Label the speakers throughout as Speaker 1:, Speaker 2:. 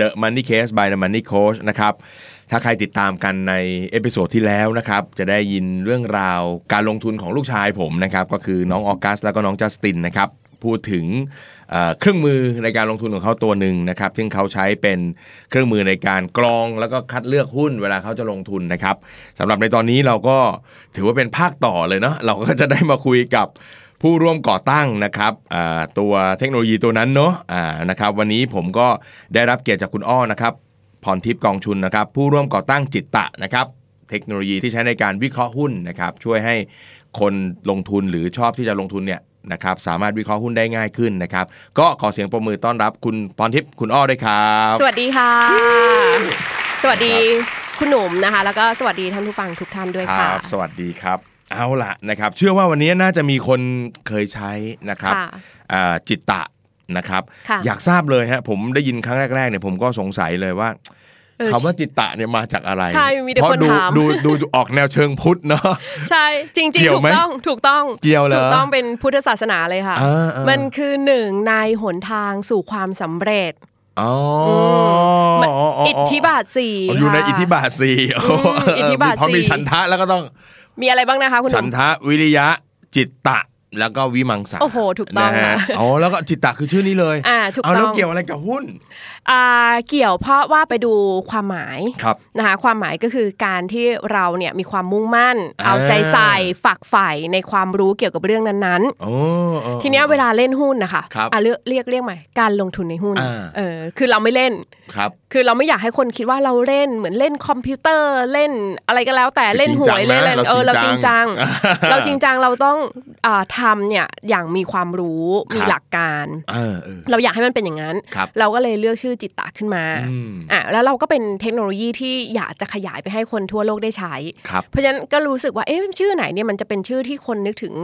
Speaker 1: The Money Case by The Money Coach นะครับ ถ้าใครติดตามกันในเอพิโซดที่แล้วนะครับ จะได้ยินเรื่องราวการลงทุนของลูกชายผมนะครับ ก็คือน้องออกัส แล้วก็น้องจัสตินนะครับ พูดถึงเอ่อเครื่องมือในการลงทุนของเขาตัวหนึ่งนะครับ ซึ่งเขาใช้เป็นเครื่องมือในการกรองแล้วก็คัดเลือกหุ้นเวลาเขาจะลงทุนนะครับสำหรับในตอนนี้เราก็ถือว่าเป็นภาคต่อเลยเนาะเราก็จะได้มาคุยกับ ผู้ร่วมก่อตั้งนะครับอ่าตัวเทคโนโลยีตัวนั้นเนาะอ่านะครับวันนี้ผมก็ได้รับเกียรติจากคุณอ้อนะครับพรทิพย์กองชุนนะครับ ผู้ร่วมก่อตั้งจิตตะนะครับ เทคโนโลยีที่ใช้ในการวิเคราะห์หุ้นนะครับ ช่วยให้คนลงทุนหรือชอบที่จะลงทุนเนี่ยนะครับสามารถวิเคราะห์หุ้นได้ง่ายขึ้นนะครับ ก็ขอเสียงปรบมือต้อนรับคุณพรทิพย์คุณอ้อด้วยครับ
Speaker 2: สวัสดีค่ะ สวัสดีคุณหนุ่มนะคะ แล้วก็สวัสดีท่านผู้ฟังทุกท่านด้วยค่ะ
Speaker 1: สวัสดีครับ เอาละนะครับ เชื่อว่าวันนี้น่าจะมีคนเคยใช้นะครับ
Speaker 2: ค่ะ
Speaker 1: อ่าจิตตะนะครับ
Speaker 2: ค่ะ
Speaker 1: อยากทราบเลยฮะผมได้ยินครั้งแรกๆเนี่ยผมก็สงสัยเลยว่า
Speaker 2: เออ
Speaker 1: คำว่าจิตตะเนี่ยมาจากอะไร
Speaker 2: ใช่มีแต่
Speaker 1: เพราะ
Speaker 2: คน
Speaker 1: ดู
Speaker 2: ถาม
Speaker 1: ดูดูดูออกแนวเชิงพุทธเนาะ
Speaker 2: ใช่จริงๆ
Speaker 1: เกี่ยว
Speaker 2: ถู
Speaker 1: ไหม
Speaker 2: กต้องถูกต้อง
Speaker 1: เกี่ยวเหรอ
Speaker 2: ถูกต้องเป็นพุทธศาสนาเลยค่ะ
Speaker 1: อ่าอ่ามั
Speaker 2: มันคือหนึ่งในหนทางสู่ความสำเร็จ
Speaker 1: อ๋อ
Speaker 2: ม
Speaker 1: อ๋ออ๋อ
Speaker 2: อิทธิบาทสี่
Speaker 1: อ๋ออยู่ใน
Speaker 2: ค่ะ
Speaker 1: อิทธิบาทสี่โโห
Speaker 2: อืมอิทธิบาท
Speaker 1: เพราะมี
Speaker 2: สี่
Speaker 1: ฉันทะแล้วก็ต้อง
Speaker 2: มีอะไรบ้างนะคะคุณห
Speaker 1: ฉั
Speaker 2: นุ่
Speaker 1: น
Speaker 2: ม
Speaker 1: ทะวิริยะจิตตะแล้วก็วิมังสา
Speaker 2: โอ้โหถูกต้อง
Speaker 1: นะฮะ
Speaker 2: ค่ะ
Speaker 1: อ๋อแล้วก็จิตตะคือชื่อนี้เลย
Speaker 2: อ่าถูก
Speaker 1: เอาแล้ว
Speaker 2: ต้อง
Speaker 1: เกี่ยวอะไรกับหุ้น
Speaker 2: อ่าเกี่ยวเพราะว่าไปดูความหมาย
Speaker 1: ครับ
Speaker 2: นะคะความหมายก็คือการที่เราเนี่ยมีความมุ่งมั่น
Speaker 1: อ่า
Speaker 2: เอาใจใส่ฝักใฝ่ในความรู้เกี่ยวกับเรื่องนั้น
Speaker 1: โอ้อ๋อ
Speaker 2: ๆ ทีเนี้ยเวลาเล่นหุ้นนะคะ
Speaker 1: ครับ
Speaker 2: อ่ะเรียกเรียกเรียกใหม่การลงทุนในหุ้น
Speaker 1: อ่า
Speaker 2: เออคือเราไม่เล่น
Speaker 1: ครับ
Speaker 2: คือเราไม่อยากให้คนคิดว่าเราเล่นเหมือนเล่นคอมพิวเตอร์เล่นอะไรก็แล้วแต่
Speaker 1: คือ
Speaker 2: เล่นหวย
Speaker 1: จริงจังนะ
Speaker 2: เล่นอะไรเออเรา
Speaker 1: เราจ
Speaker 2: จ
Speaker 1: ริ
Speaker 2: ริ
Speaker 1: ง
Speaker 2: ง
Speaker 1: จั
Speaker 2: จั
Speaker 1: ง
Speaker 2: ง เรา จริงจังเราต้องอ่าทำเนี่ยอย่างมีความรู้มี
Speaker 1: ครับ
Speaker 2: หลักการ
Speaker 1: เออเออ
Speaker 2: เราอยากให้มันเป็นอย่างนั้น
Speaker 1: ครับ
Speaker 2: เราก็เลยเลือกชื่อจิตตะขึ้นมา
Speaker 1: อืม
Speaker 2: อ่ะแล้วเราก็เป็นเทคโนโลยีที่อยากจะขยายไปให้คนทั่วโลกได้ใช้
Speaker 1: ครับ
Speaker 2: เพราะฉะนั้นก็รู้สึกว่าเอ๊ะชื่อไหนเนี่ยมันจะเป็นชื่อที่คนนึกถึง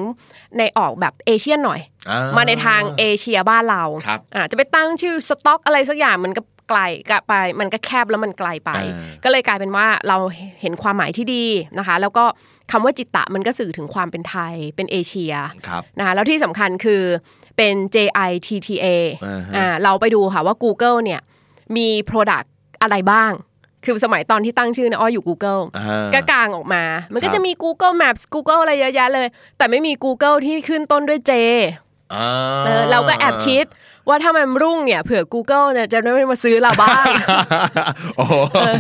Speaker 2: ในออกแบบเอเชียนหน่อย
Speaker 1: อ่
Speaker 2: มาในทางเอเชียบ้านเรา
Speaker 1: ครับ
Speaker 2: อ่ะจะไปตั้งชื่อสต็อกอะไรสักอย่างมันก็ไกลกะไป มันก็แคบแล้วมันไกลไป
Speaker 1: อ่า
Speaker 2: ก็เลยกลายเป็นว่าเราเห็นความหมายที่ดีนะคะ แล้วก็คำว่าจิตตะมันก็สื่อถึงความเป็นไทยเป็นเอเชีย
Speaker 1: ครับ
Speaker 2: นะคะแล้วที่สำคัญคือเป็น JITTA
Speaker 1: อ่าฮะ
Speaker 2: อ่าเราไปดูค่ะว่า Google เนี่ยมี Product อะไรบ้าง คือสมัยตอนที่ตั้งชื่อเนะอ้ออยู่ Google
Speaker 1: อ่า
Speaker 2: ก็กลางออกมา มัน
Speaker 1: ค
Speaker 2: ก็
Speaker 1: รับ
Speaker 2: จะมี Google Maps Google อะไรเยอะแยะเลย แต่ไม่มี Google ที่ขึ้นต้นด้วย J
Speaker 1: อ่า
Speaker 2: เออเราก็แอบคิดว่าถ้ามันรุ่งเนี่ยเผื่อ Google เนี่ยจะได้มาซื้อเรา บ้าง
Speaker 1: โอ้โห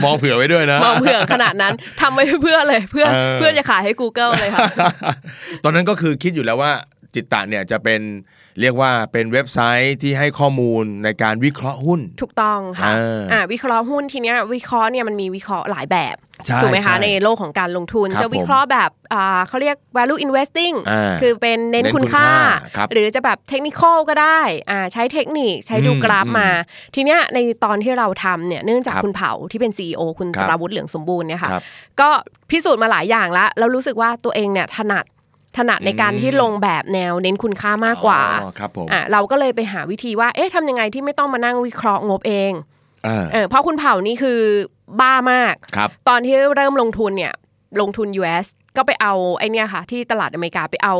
Speaker 1: มองเผื่อไว้ด้วยนะ
Speaker 2: มองเผื่อขนาดนั้นทำไว้เพื่อเลยเพื่อ
Speaker 1: เออ
Speaker 2: เพื่อจะขายให้ Google เลยค่ะ
Speaker 1: ตอนนั้นก็คือคิดอยู่แล้วว่าจิตตะเนี่ยจะเป็นเรียกว่าเป็นเว็บไซต์ที่ให้ข้อมูลในการวิเคราะห์หุ้น
Speaker 2: ถูกต้องค่ะ
Speaker 1: อ่า
Speaker 2: อ่าวิเคราะห์หุ้นทีเนี้ยวิเคราะห์เนี่ยมันมีวิเคราะห์หลายแบบ
Speaker 1: ใช่
Speaker 2: ถูกไหม
Speaker 1: ใช่
Speaker 2: คะในโลกของการลงทุน
Speaker 1: ครับ
Speaker 2: จะวิเคราะห์แบบอ่าเขาเรียก value investing
Speaker 1: อ่า
Speaker 2: คือเป็นเน้น
Speaker 1: เน้นคุ
Speaker 2: คุณ ณค่า
Speaker 1: ค่าครับ
Speaker 2: หรือจะแบบเทคนิคก็ได้อ่าใช้เทคนิคใช้ดู
Speaker 1: อืม
Speaker 2: กราฟ
Speaker 1: อืม
Speaker 2: มา ทีเนี้ยในตอนที่เราทำเนี่ยเนื่องจาก
Speaker 1: ครับ
Speaker 2: คุณเผาที่เป็น CEO คุณ
Speaker 1: ครั
Speaker 2: ต
Speaker 1: บ
Speaker 2: ราวุฒิเหลืองสมบูรณ์เนี่ยค่ะ
Speaker 1: ครับ
Speaker 2: ก็พิสูจน์มาหลายอย่างแล้วแล้วรู้สึกว่าตัวเองเนี่ยถนัดถนัดในการ
Speaker 1: อืม
Speaker 2: ที่ลงแบบแนวเน้นคุณค่ามากกว่า
Speaker 1: อ๋อครับผม
Speaker 2: อ่ะเราก็เลยไปหาวิธีว่า เอ๊ะทำยังไงที่ไม่ต้องมานั่งวิเคราะห์งบเอง
Speaker 1: อ่า
Speaker 2: เออเพราะคุณเผ่านี่คือบ้ามาก
Speaker 1: ครับ
Speaker 2: ตอนที่เริ่มลงทุนเนี่ยลงทุน US ก็ไปเอาไอเนี่ยค่ะ ที่ตลาดอเมริกาไปเอา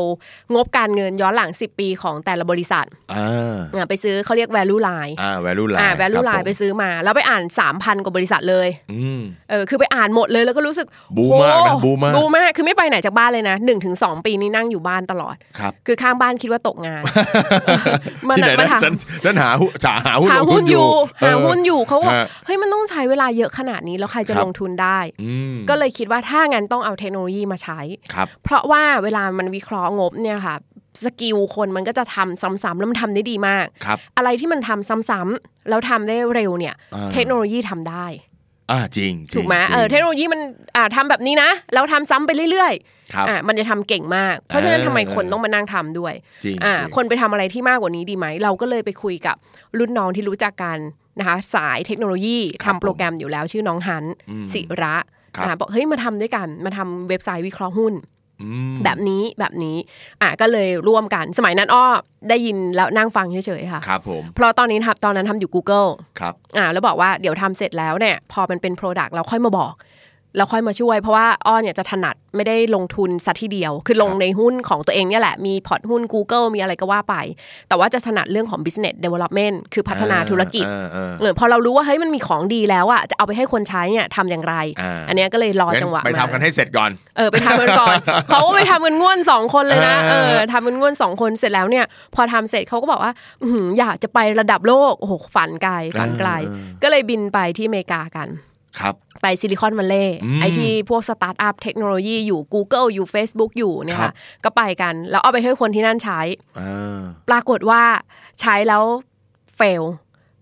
Speaker 2: งบการเงินย้อนหลัง 10 ปีของแต่ละบริษัท
Speaker 1: อ่า
Speaker 2: อ่ะไปซื้อเขาเรียก value line
Speaker 1: อ่า value line
Speaker 2: อ่า value
Speaker 1: ครับผม
Speaker 2: line ไปซื้อมา แล้วไปอ่าน 3,000 กว่าบริษัทเลย
Speaker 1: อืม
Speaker 2: เออคือไปอ่านหมดเลยแล้วก็รู้สึก
Speaker 1: บูมมากนะ
Speaker 2: โอ้
Speaker 1: บูมมาก
Speaker 2: บูมากคือไม่ไปไหนจากบ้านเลยนะ1-2 ปีนี้นั่งอยู่บ้านตลอด
Speaker 1: ครับ
Speaker 2: คือข้างบ้านคิดว่าตก งาน มัน
Speaker 1: ที่ไหน
Speaker 2: มัน
Speaker 1: นะ
Speaker 2: หา
Speaker 1: ฉันฉันหาหุ้นจะหาหุ้น
Speaker 2: หา
Speaker 1: ลง
Speaker 2: หุ้นอยู่
Speaker 1: เอ
Speaker 2: หา
Speaker 1: อ
Speaker 2: หุ้นอยู่เขาบอก
Speaker 1: ฮะ
Speaker 2: เฮ้ยมันต้องใช้เวลาเยอะขนาดนี้แล้วใครจะ
Speaker 1: ครับ
Speaker 2: ลงทุนได้
Speaker 1: อืม
Speaker 2: ก็เลยคิดว่าถ้างั้นต้องเอาเทคโนโลยีมาใช้
Speaker 1: ครับ
Speaker 2: เพราะว่าเวลามันวิเคราะห์งบเนี่ยค่ะสกิลคนมันก็จะทำซ้ำๆแล้วมันทำได้ดีมาก
Speaker 1: ครับ
Speaker 2: อะไรที่มันทำซ้ำๆแล้วทำได้เร็วเนี่ย
Speaker 1: อ่า
Speaker 2: เทคโนโลยีทำได้
Speaker 1: อ่าจริงจริง
Speaker 2: ถูกไหม
Speaker 1: จริง
Speaker 2: เออเทคโนโลยีมันอ่าทำแบบนี้นะแล้วทำซ้ำไปเรื่อย
Speaker 1: ครับ
Speaker 2: ๆอ่ามันจะทำเก่งมาก เพราะฉะนั้นทำไม
Speaker 1: เออ
Speaker 2: คนต้องมานั่งทำด้วย
Speaker 1: จริง
Speaker 2: อ่า
Speaker 1: จริง
Speaker 2: คนไปทำอะไรที่มากกว่านี้ดีไหม เราก็เลยไปคุยกับรุ่นน้องที่รู้จักกัน นะคะสายเทคโนโลยีทำโปรแกรมอยู่แล้วชื่อน้องฮัน
Speaker 1: อืม
Speaker 2: สิระ
Speaker 1: ครับ
Speaker 2: นะคะบอกเฮ้ยมาทำด้วยกันมาทำเว็บไซต์วิเคราะห์หุ้น
Speaker 1: อืม
Speaker 2: แบบนี้แบบนี้อ่ะก็เลยร่วมกันสมัยนั้นอ้อได้ยินแล้วนั่งฟังเฉยๆค่ะ
Speaker 1: ครับผม
Speaker 2: เพราะตอนนี้ทำตอนนั้นทำอยู่ Google
Speaker 1: ครับ
Speaker 2: อ่าแล้วบอกว่าเดี๋ยวทำเสร็จแล้วเนี่ยพอมันเป็น Product เราค่อยมาบอก เราค่อยมาช่วยเพราะว่าอ้อเนี่ยจะถนัดไม่ได้ลงทุนสัทีเดียว คือลงในหุ้นของตัวเองเนี่ยแหละ มีพอร์ตหุ้น Google มีอะไรก็ว่าไป แต่ว่าจะถนัดเรื่องของ Business Development คือพัฒนาธุรกิจ
Speaker 1: อ่าอ่า
Speaker 2: เออพอเรารู้ว่าเฮ้ยมันมีของดีแล้วอะจะเอาไปให้คนใช้เนี่ยทำอย่างไร
Speaker 1: อ่า
Speaker 2: นเนี้ยก็เลยรอจังหวะ
Speaker 1: ไป
Speaker 2: มา
Speaker 1: ทำกันให้เสร็จก่อน
Speaker 2: เออไปทำกัน ก่อน เขาก็ไปทำกันง่วนสองคนเลยนะ
Speaker 1: เอ
Speaker 2: เอ
Speaker 1: อ
Speaker 2: อทำกันง่วนสองคนเสร็จแล้วเนี่ยพอทำเสร็จเขาก็บอกว่าอื้อหืออยากจะไประดับโลกโอ้โหฝันไกลฝันไกล
Speaker 1: เออ
Speaker 2: ก็เลยบินไปที่อเมริกากัน
Speaker 1: ครับ
Speaker 2: ไปซิลิคอนวัลเลย์
Speaker 1: อืม
Speaker 2: ไอที่พวกสตาร์ทอัพเทคโนโลยีอยู่ Google อยู่ Facebook อยู่เนี่ย
Speaker 1: ครั
Speaker 2: ค่ะ
Speaker 1: บ
Speaker 2: ก็ไปกันแล้วเอาไปให้คนที่นั่นใช้
Speaker 1: อ่า
Speaker 2: ปรากฏว่าใช้แล้วเฟล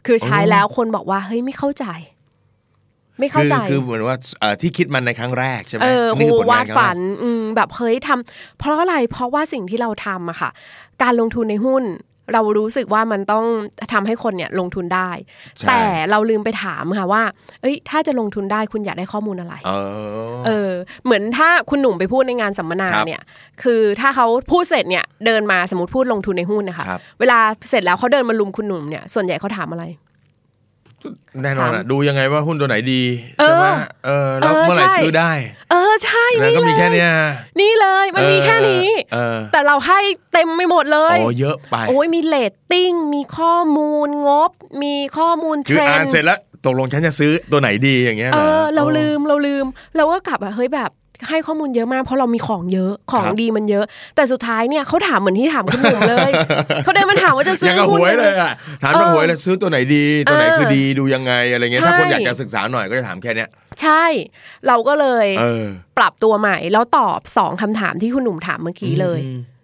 Speaker 2: คือใช้
Speaker 1: โอ้
Speaker 2: แล้วคนบอกว่าเฮ้ยไม่เข้าใจ ไม่เข้าใจ
Speaker 1: คือคือเหมือนว่าเอ่อที่คิดมันในครั้งแรกใช่ไหม
Speaker 2: เออโห
Speaker 1: นี่คืผลง
Speaker 2: วาน
Speaker 1: ค
Speaker 2: ด
Speaker 1: รั้งแรก
Speaker 2: ฝันอืมแบบเฮ้ยทำเพราะอะไรเพราะว่าสิ่งที่เราทำอะค่ะ การลงทุนในหุ้น เรารู้สึกว่ามันต้องทำให้คนเนี่ยลงทุนได้
Speaker 1: ใช่
Speaker 2: แต่เราลืมไปถามค่ะว่า เอ้ย ถ้าจะลงทุนได้คุณอยากได้ข้อมูลอะไร
Speaker 1: เออ
Speaker 2: เออ เหมือนถ้าคุณหนุ่มไปพูดในงานสัมมนา
Speaker 1: ครับ
Speaker 2: เนี่ย คือถ้าเขาพูดเสร็จเนี่ยเดินมาสมมติพูดลงทุนในหุ้นนะคะ
Speaker 1: ครับ
Speaker 2: เวลาเสร็จแล้วเขาเดินมาลุมคุณหนุ่มเนี่ยส่วนใหญ่เขาถามอะไร
Speaker 1: แน่นอนอะ
Speaker 2: ถาม
Speaker 1: ดูยังไงว่าหุ้นตัวไหนดี
Speaker 2: เออ
Speaker 1: ใช่ไหมเออแล้ว
Speaker 2: เออ
Speaker 1: เมื่อไหร่
Speaker 2: ใช่
Speaker 1: ซื้อได้
Speaker 2: เออใช่
Speaker 1: แล้ว
Speaker 2: นี่
Speaker 1: ก็
Speaker 2: เล
Speaker 1: มีแค่
Speaker 2: ย
Speaker 1: เนี้ย
Speaker 2: นี่เลยมันมีแค่นี้
Speaker 1: เออ
Speaker 2: แต่เราให้เต็มไม่หมดเล
Speaker 1: เออย โอ้เยอะไป
Speaker 2: โอ้ยมีเลตติ้ง มีข้อมูลงบ มีข้อมูลเท
Speaker 1: คือ
Speaker 2: ร
Speaker 1: อ่าน น
Speaker 2: ด์
Speaker 1: เสร็จแล้วตกลงฉันจะซื้อตัวไหนดีอย่างเงี้ยห
Speaker 2: เออเรา
Speaker 1: โ
Speaker 2: ลืมเราลืม เราก็กลับอะเฮ้ยแบบให้ข้อมูลเยอะมากเพราะเรามีของเยอะของ
Speaker 1: ครับ
Speaker 2: ดีมันเยอะ แต่สุดท้ายเนี่ยเขาถามเหมือนที่ถามคุณหนุ่มเลย เขาเดินมาถามว่าจะซื้
Speaker 1: ยั
Speaker 2: อง
Speaker 1: กับห
Speaker 2: หุ้น
Speaker 1: วยเลยอ่ะถามกับ
Speaker 2: เออ
Speaker 1: หวยเลยซื้อตัวไหนดี ตัวไหน
Speaker 2: เออ
Speaker 1: คือดีดูยังไงอะไรเงี้ย
Speaker 2: ใช่
Speaker 1: ถ้าคนอยากจะศึกษาหน่อยก็จะถามแค่เนี้ย
Speaker 2: ใช่ เราก็เลย
Speaker 1: เออ
Speaker 2: ปรับตัวใหม่ แล้วตอบสองคำถามที่คุณหนุ่มถามเมื่อกี้เลย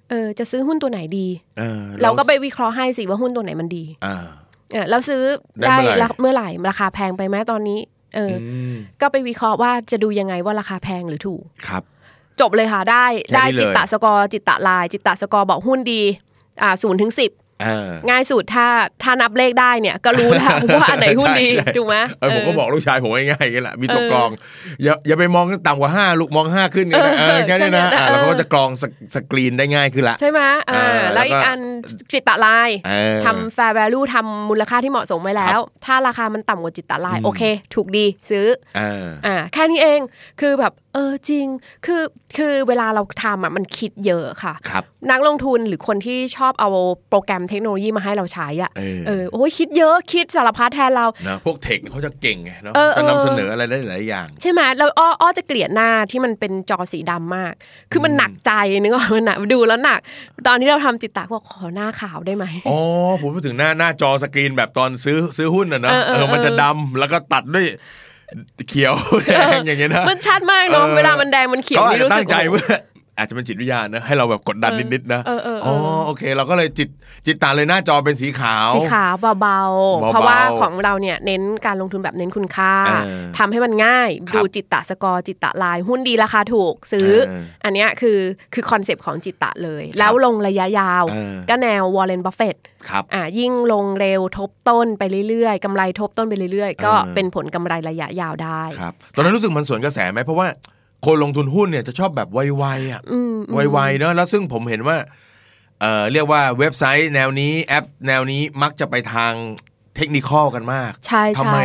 Speaker 2: เออจะซื้อหุ้นตัวไหนดี
Speaker 1: เออ
Speaker 2: เราก็ไปวิเคราะห์ให้สิว่าหุ้นตัวไหนมันดี
Speaker 1: อ่า
Speaker 2: เออแล้วซื้อ
Speaker 1: ได้
Speaker 2: ได้
Speaker 1: เมื่อไหร่
Speaker 2: เมื่อไหร่ราคาแพงไปไหมตอนนี้เอออ
Speaker 1: อืม
Speaker 2: ก็ไปวิเคราะห์ว่าจะดูยังไงว่าราคาแพงหรือถูก
Speaker 1: ครับ
Speaker 2: จบเลยค่ะได้
Speaker 1: แค่นี้
Speaker 2: ได้
Speaker 1: เลย
Speaker 2: จิตตะสกอร์จิตตะลาย จิตตะสกอร์บอกหุ้นดีอ่าศูนย์ถึงสิบ
Speaker 1: เออ
Speaker 2: ง่ายสุดถ้าถ้านับเลขได้เนี่ยก็รู้ แล้ว ว่าอันไหนหุ้นดี
Speaker 1: ใช่ใช่
Speaker 2: ถูกไหม
Speaker 1: เออผมก็บอกลูกชายผมง่ายๆกันแหละมีตัวกรองอย่าอย่าไปมองต่ำกว่าห้าลูกมองห้าขึ้นเนี่ยนะเออแค่นี้นะอ่ะแล้วเขาก็จะกรองสกสกรีนได้ง่ายขึ้นละ
Speaker 2: ใช่ไหมอ่า
Speaker 1: เออแล้
Speaker 2: แล้ว ว
Speaker 1: ก็
Speaker 2: อีกอันจิตตะลาย
Speaker 1: เออ
Speaker 2: ทำ fair value ทำมูลค่าที่เหมาะสมไว้แล้ว ถ้าราคามันต่ำกว่าจิตตะลาย
Speaker 1: อืม
Speaker 2: โอเค ถูกดีซื้อ
Speaker 1: เออ
Speaker 2: อ่าแค่นี้เองคือแบบเออจริงคือคือเวลาเราทำอ่ะมันคิดเยอะค่ะ
Speaker 1: ครับ
Speaker 2: นักลงทุนหรือคนที่ชอบเอาโปรแกรมเทคโนโลยีมาให้เราใช้อ่ะ
Speaker 1: เออ
Speaker 2: เออโอ้ยคิดเยอะคิดสารพัดแทนเรา
Speaker 1: นะพวกเทคเขาจะเก่งไงเนาะ
Speaker 2: เออ
Speaker 1: จะ
Speaker 2: เออ
Speaker 1: นำเสนออะไรได้หลายอย่าง
Speaker 2: ใช่ไหมเราอ้ออ้อจะเกลียดหน้าที่มันเป็นจอสีดำมาก คือมันหนักใจนึกออกไหมันหนักดูแล้วหนัก ตอนที่เราทำจิตตะบอกขอหน้าขาวได้ไหม
Speaker 1: อ๋อผมพูดถึงหน้าหน้าจอสกรีนแบบตอนซื้อซื้อหุ้นอ่ะเนาะ
Speaker 2: เออเอ
Speaker 1: เอ
Speaker 2: อ
Speaker 1: อมันจะดำแล้วก็ตัดด้วยเขียวแดงอย่างเงี้ยนะ
Speaker 2: มันชัดมากเนาะ
Speaker 1: เออ
Speaker 2: เวลามันแดงมันเขียว
Speaker 1: เขาอาจจะ
Speaker 2: นี่รู้
Speaker 1: ตั้
Speaker 2: สึ
Speaker 1: ง
Speaker 2: ก
Speaker 1: ใจ
Speaker 2: โอ้โห
Speaker 1: เพื่อ อาจจะเป็นจิตวิทยานะให้เราแบบกดดันนิดๆนะ
Speaker 2: เออเออเออ
Speaker 1: อ๋อโอเค เราก็เลยจิตจิตตาเลยหน้าจอเป็นสีขาว
Speaker 2: สีขาวเบาๆ เพราะว่า
Speaker 1: เบาๆ
Speaker 2: ของเราเนี่ยเน้นการลงทุนแบบเน้นคุณค่า
Speaker 1: เออ
Speaker 2: ทำให้มันง่าย
Speaker 1: ครับ
Speaker 2: ดูจิตตะสกอร์จิตตะลาย หุ้นดีราคาถูกซื้อ
Speaker 1: เออ
Speaker 2: อันเนี้ยคือคือคอนเซปต์ของจิตตะเลย แล้วลงระยะยาว
Speaker 1: เออ
Speaker 2: ก็แนววอลเลนบัฟเฟต
Speaker 1: ครับ
Speaker 2: อ่ะยิ่งลงเร็วทบต้นไปเรื่อยๆกำไรทบต้นไปเรื่อยๆ ก็
Speaker 1: เออ
Speaker 2: เป็นผลกำไรระยะยาวได้
Speaker 1: ครับตอนนั้นรู้สึกมันสวนกระแสไหมเพราะว่าคนลงทุนหุ้นเนี่ยจะชอบแบบไวๆอ่ะไวๆเนอะแล้วซึ่งผมเห็นว่าเอ่อเรียกว่าเว็บไซต์แนวนี้แอปแนวนี้มักจะไปทางเทคนิคอลกันมาก
Speaker 2: ใช่
Speaker 1: ทำ
Speaker 2: ใช่
Speaker 1: ไม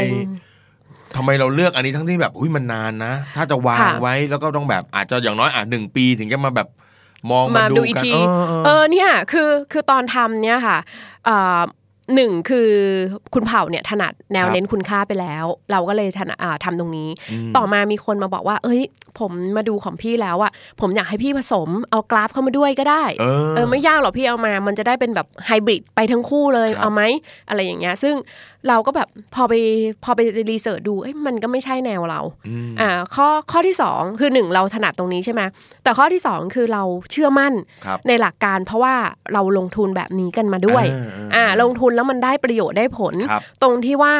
Speaker 1: ทำไมเราเลือกอันนี้ทั้งที่แบบอุ้ยมันนานนะ ถ้าจะวาง
Speaker 2: ค่ะ
Speaker 1: ไว้แล้วก็ต้องแบบอาจจะอย่างน้อยอ่ะหนึ่งปีถึงจะมาแบบมอง
Speaker 2: มา
Speaker 1: มา
Speaker 2: ดู
Speaker 1: ดู
Speaker 2: อีก
Speaker 1: กัน
Speaker 2: ที
Speaker 1: เออเอ
Speaker 2: เอ
Speaker 1: อ
Speaker 2: อเนี่ยคือคือตอนทำเนี่ยค่ะเอ่อหนึ่งคือคุณเผ่าเนี่ยถนัดแน
Speaker 1: ค
Speaker 2: ว
Speaker 1: รับ
Speaker 2: เน้นคุณค่าไปแล้ว เราก็เลยถนัดอ่าทำตรงนี้
Speaker 1: อืม
Speaker 2: ต่อมามีคนมาบอกว่า เอ้ย ผมมาดูของพี่แล้วอะผมอยากให้พี่ผสมเอากราฟเข้ามาด้วยก็ได้
Speaker 1: เออ
Speaker 2: ไม่ยากหรอกพี่เอามา มันจะได้เป็นแบบไฮบริดไปทั้งคู่เลย
Speaker 1: ครับ
Speaker 2: เอาไหมอะไรอย่างเงี้ยซึ่งเราก็แบบพอไปพอไปรีเสิร์ชดูเอ้ยมันก็ไม่ใช่แนวเรา
Speaker 1: ม
Speaker 2: อ่าข้อข้อที่ 2 คือ 1 เราถนัดตรงนี้ใช่ไหมแต่ข้อที่ 2 คือเราเชื่อมั่น
Speaker 1: ครับ
Speaker 2: ในหลักการเพราะว่าเราลงทุนแบบนี้กันมาด้วย
Speaker 1: อ่าอ่า
Speaker 2: ลงทุนแล้วมันได้ประโยชน์ได้ผล
Speaker 1: ครับ
Speaker 2: ตรงที่ว่า